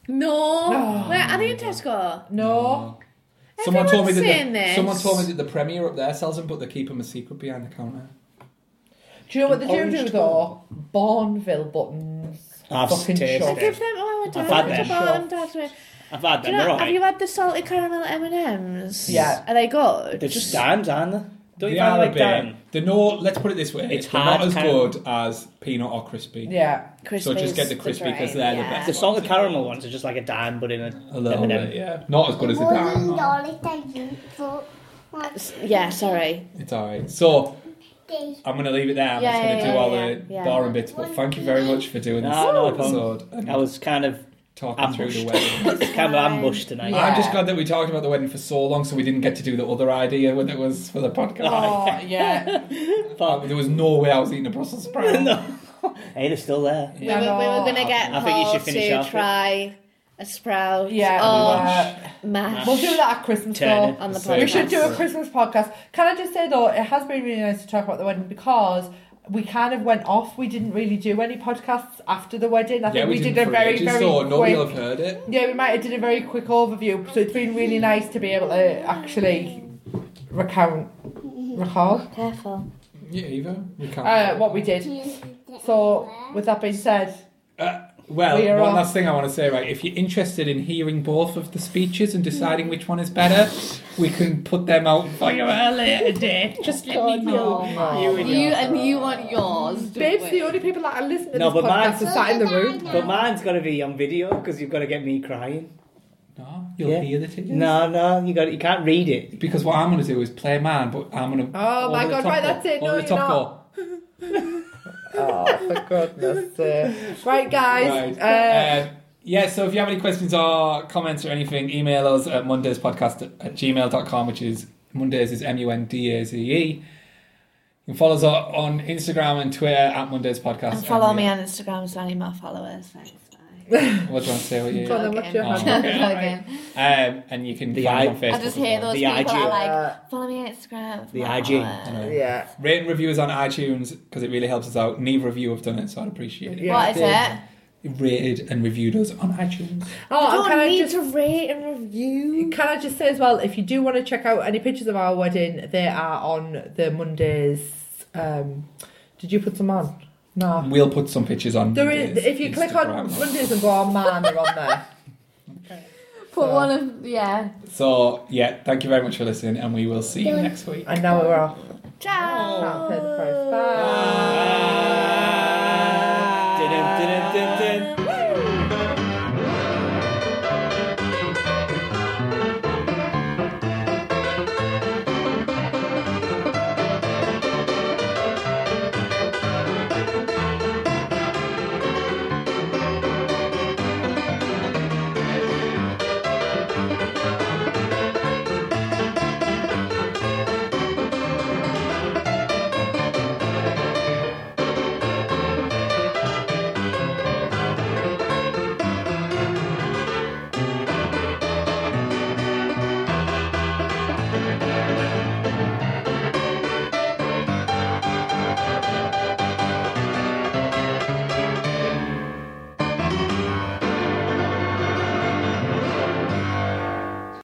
D: No.
C: No.
D: Wait, are they in Tesco?
C: No.
B: Someone told me
D: Everyone's
B: that.
D: saying
B: The,
D: this.
B: someone told me that the premier up there sells them, but they keep them a secret behind the counter.
C: Do you know what they do
B: Orange
C: do
B: twelve.
C: though? Bourneville buttons.
E: I've
C: Fucking
E: tasted
C: shop.
D: I give them. Oh, I don't.
E: I've had
D: I
E: them.
D: bought them Dad's way.
E: I've had
D: Do
E: them,
D: you know,
E: they're
D: Have you
E: alright.
D: had the salted caramel M and M's?
C: Yeah.
D: Are they good?
E: They're just dimes, aren't they? Don't
B: They
E: you find
B: are a
E: like
B: bit-
E: Dan?
B: They're not. Let's put it this way:
E: It's
B: they're
E: hard
B: not as
E: caramel.
B: good as peanut or crispy.
C: Yeah.
D: Crispy
B: just
D: is
B: get the crispy 'cause
D: dream,
B: they're the
D: yeah.
B: best.
E: The salted caramel ones are just like a dime, but in a,
B: A little
E: M&M.
B: bit, yeah. Not as good as the Dan. no.
F: Dolly, thank you for my
D: S- Yeah, sorry.
B: It's alright. So
F: day.
B: I'm gonna leave it there. I'm
D: Yeah,
B: just gonna
D: yeah,
B: do
D: yeah,
B: all the
D: yeah, yeah.
B: boring bits. But thank you very much for doing this
E: No, no problem.
B: episode and
E: I was kind of
B: talking through the
E: ambushed.
D: <laughs>
B: wedding.
E: kind of ambushed tonight.
C: Yeah.
B: I'm just glad that we talked about the wedding for so long, so we didn't get to do the other idea when it was for the podcast.
C: Oh, <laughs> yeah.
B: Uh, There was no way I was eating a Brussels sprout.
E: <laughs> no. Ada's still there.
D: We
C: Yeah,
D: were, we
C: no,
D: were going to
B: I-
D: get
E: I think you
D: Paul
E: should finish
D: to
E: off.
D: try a sprout
C: Yeah.
D: or
C: uh,
D: mash.
C: we'll do that at Christmas
E: Turn
C: though.
E: it.
D: on the
B: So-
D: podcast.
C: We should do a Christmas podcast. Can I just say though, it has been really nice to talk about the wedding because we kind of went off. We didn't really do any podcasts after the wedding. I
B: Yeah,
C: think
B: we,
C: we,
B: did
C: did a
B: for
C: very,
B: ages,
C: very
B: so nobody will
C: quick.
B: have heard it.
C: Yeah, we might have did a very quick overview. So it's been really nice to be able to actually recount, recall
D: Careful.
B: Yeah, either you can't.
C: uh, what we did. So with that being said,
B: Uh, well,
C: We are
B: one
C: off.
B: last thing I want to say, right? If you're interested in hearing both of the speeches and deciding which one is better, we can put them out for you at a later date. Just let me know.
D: you and you want yours. don't
C: babes,
D: we?
C: the only people that are listening to
E: No,
C: this
E: but mine-
C: podcast are sat in the room.
E: But mine's got to be on video because you've got to get me crying.
B: No, you'll
E: Yeah.
B: hear the tickets.
E: No, no, you got you can't read it.
B: Because what I'm going to do is play mine, but I'm going to.
C: Oh my God, right, that's it. No, you're not. <laughs> Oh, for goodness sake. <laughs> Right, guys.
B: Right.
C: Uh,
B: Uh, yeah, so if you have any questions or comments or anything, email us at mondayspodcast at, at gmail.com, which is Mondays is M U N D A Z E. You can follow us on on Instagram and Twitter at Mondays Podcast.
D: And follow
B: And
D: me
B: we-
D: on Instagram, so I need more followers. Thanks.
B: What do you want to say? What you,
C: Go on then, what's your
B: Oh,
C: handle?
D: <laughs>
B: okay,
D: Again.
B: um, and you can
E: The
B: find us
E: I-
B: on Facebook.
D: I just
B: as
D: hear
B: well.
D: those
E: The
D: people that are
E: IG.
D: like,
C: Uh,
D: follow me on Instagram.
E: The
D: follow
E: IG.
D: me."
B: I know.
C: yeah.
B: Rate and reviews on iTunes because it really helps us out. Neither of you have done it, so I'd appreciate it.
C: Yeah.
D: What is it?
B: Rated and reviewed us on iTunes.
C: Oh, and
D: Don't
C: can I
D: need
C: just
D: to rate and review.
C: Can I just say as well, if you do want to check out any pictures of our wedding, they are on the Mondays. Um, did you put some on? No.
B: We'll put some pictures on.
C: There is.
B: Mondays
C: If you click on
B: Instagram.
C: Mondays and go on, man, they're on there.
D: Put one of yeah.
B: So yeah, thank you very much for listening, and we will see you next week.
C: And now we're off.
D: Ciao.
C: Can't pay the price. Bye.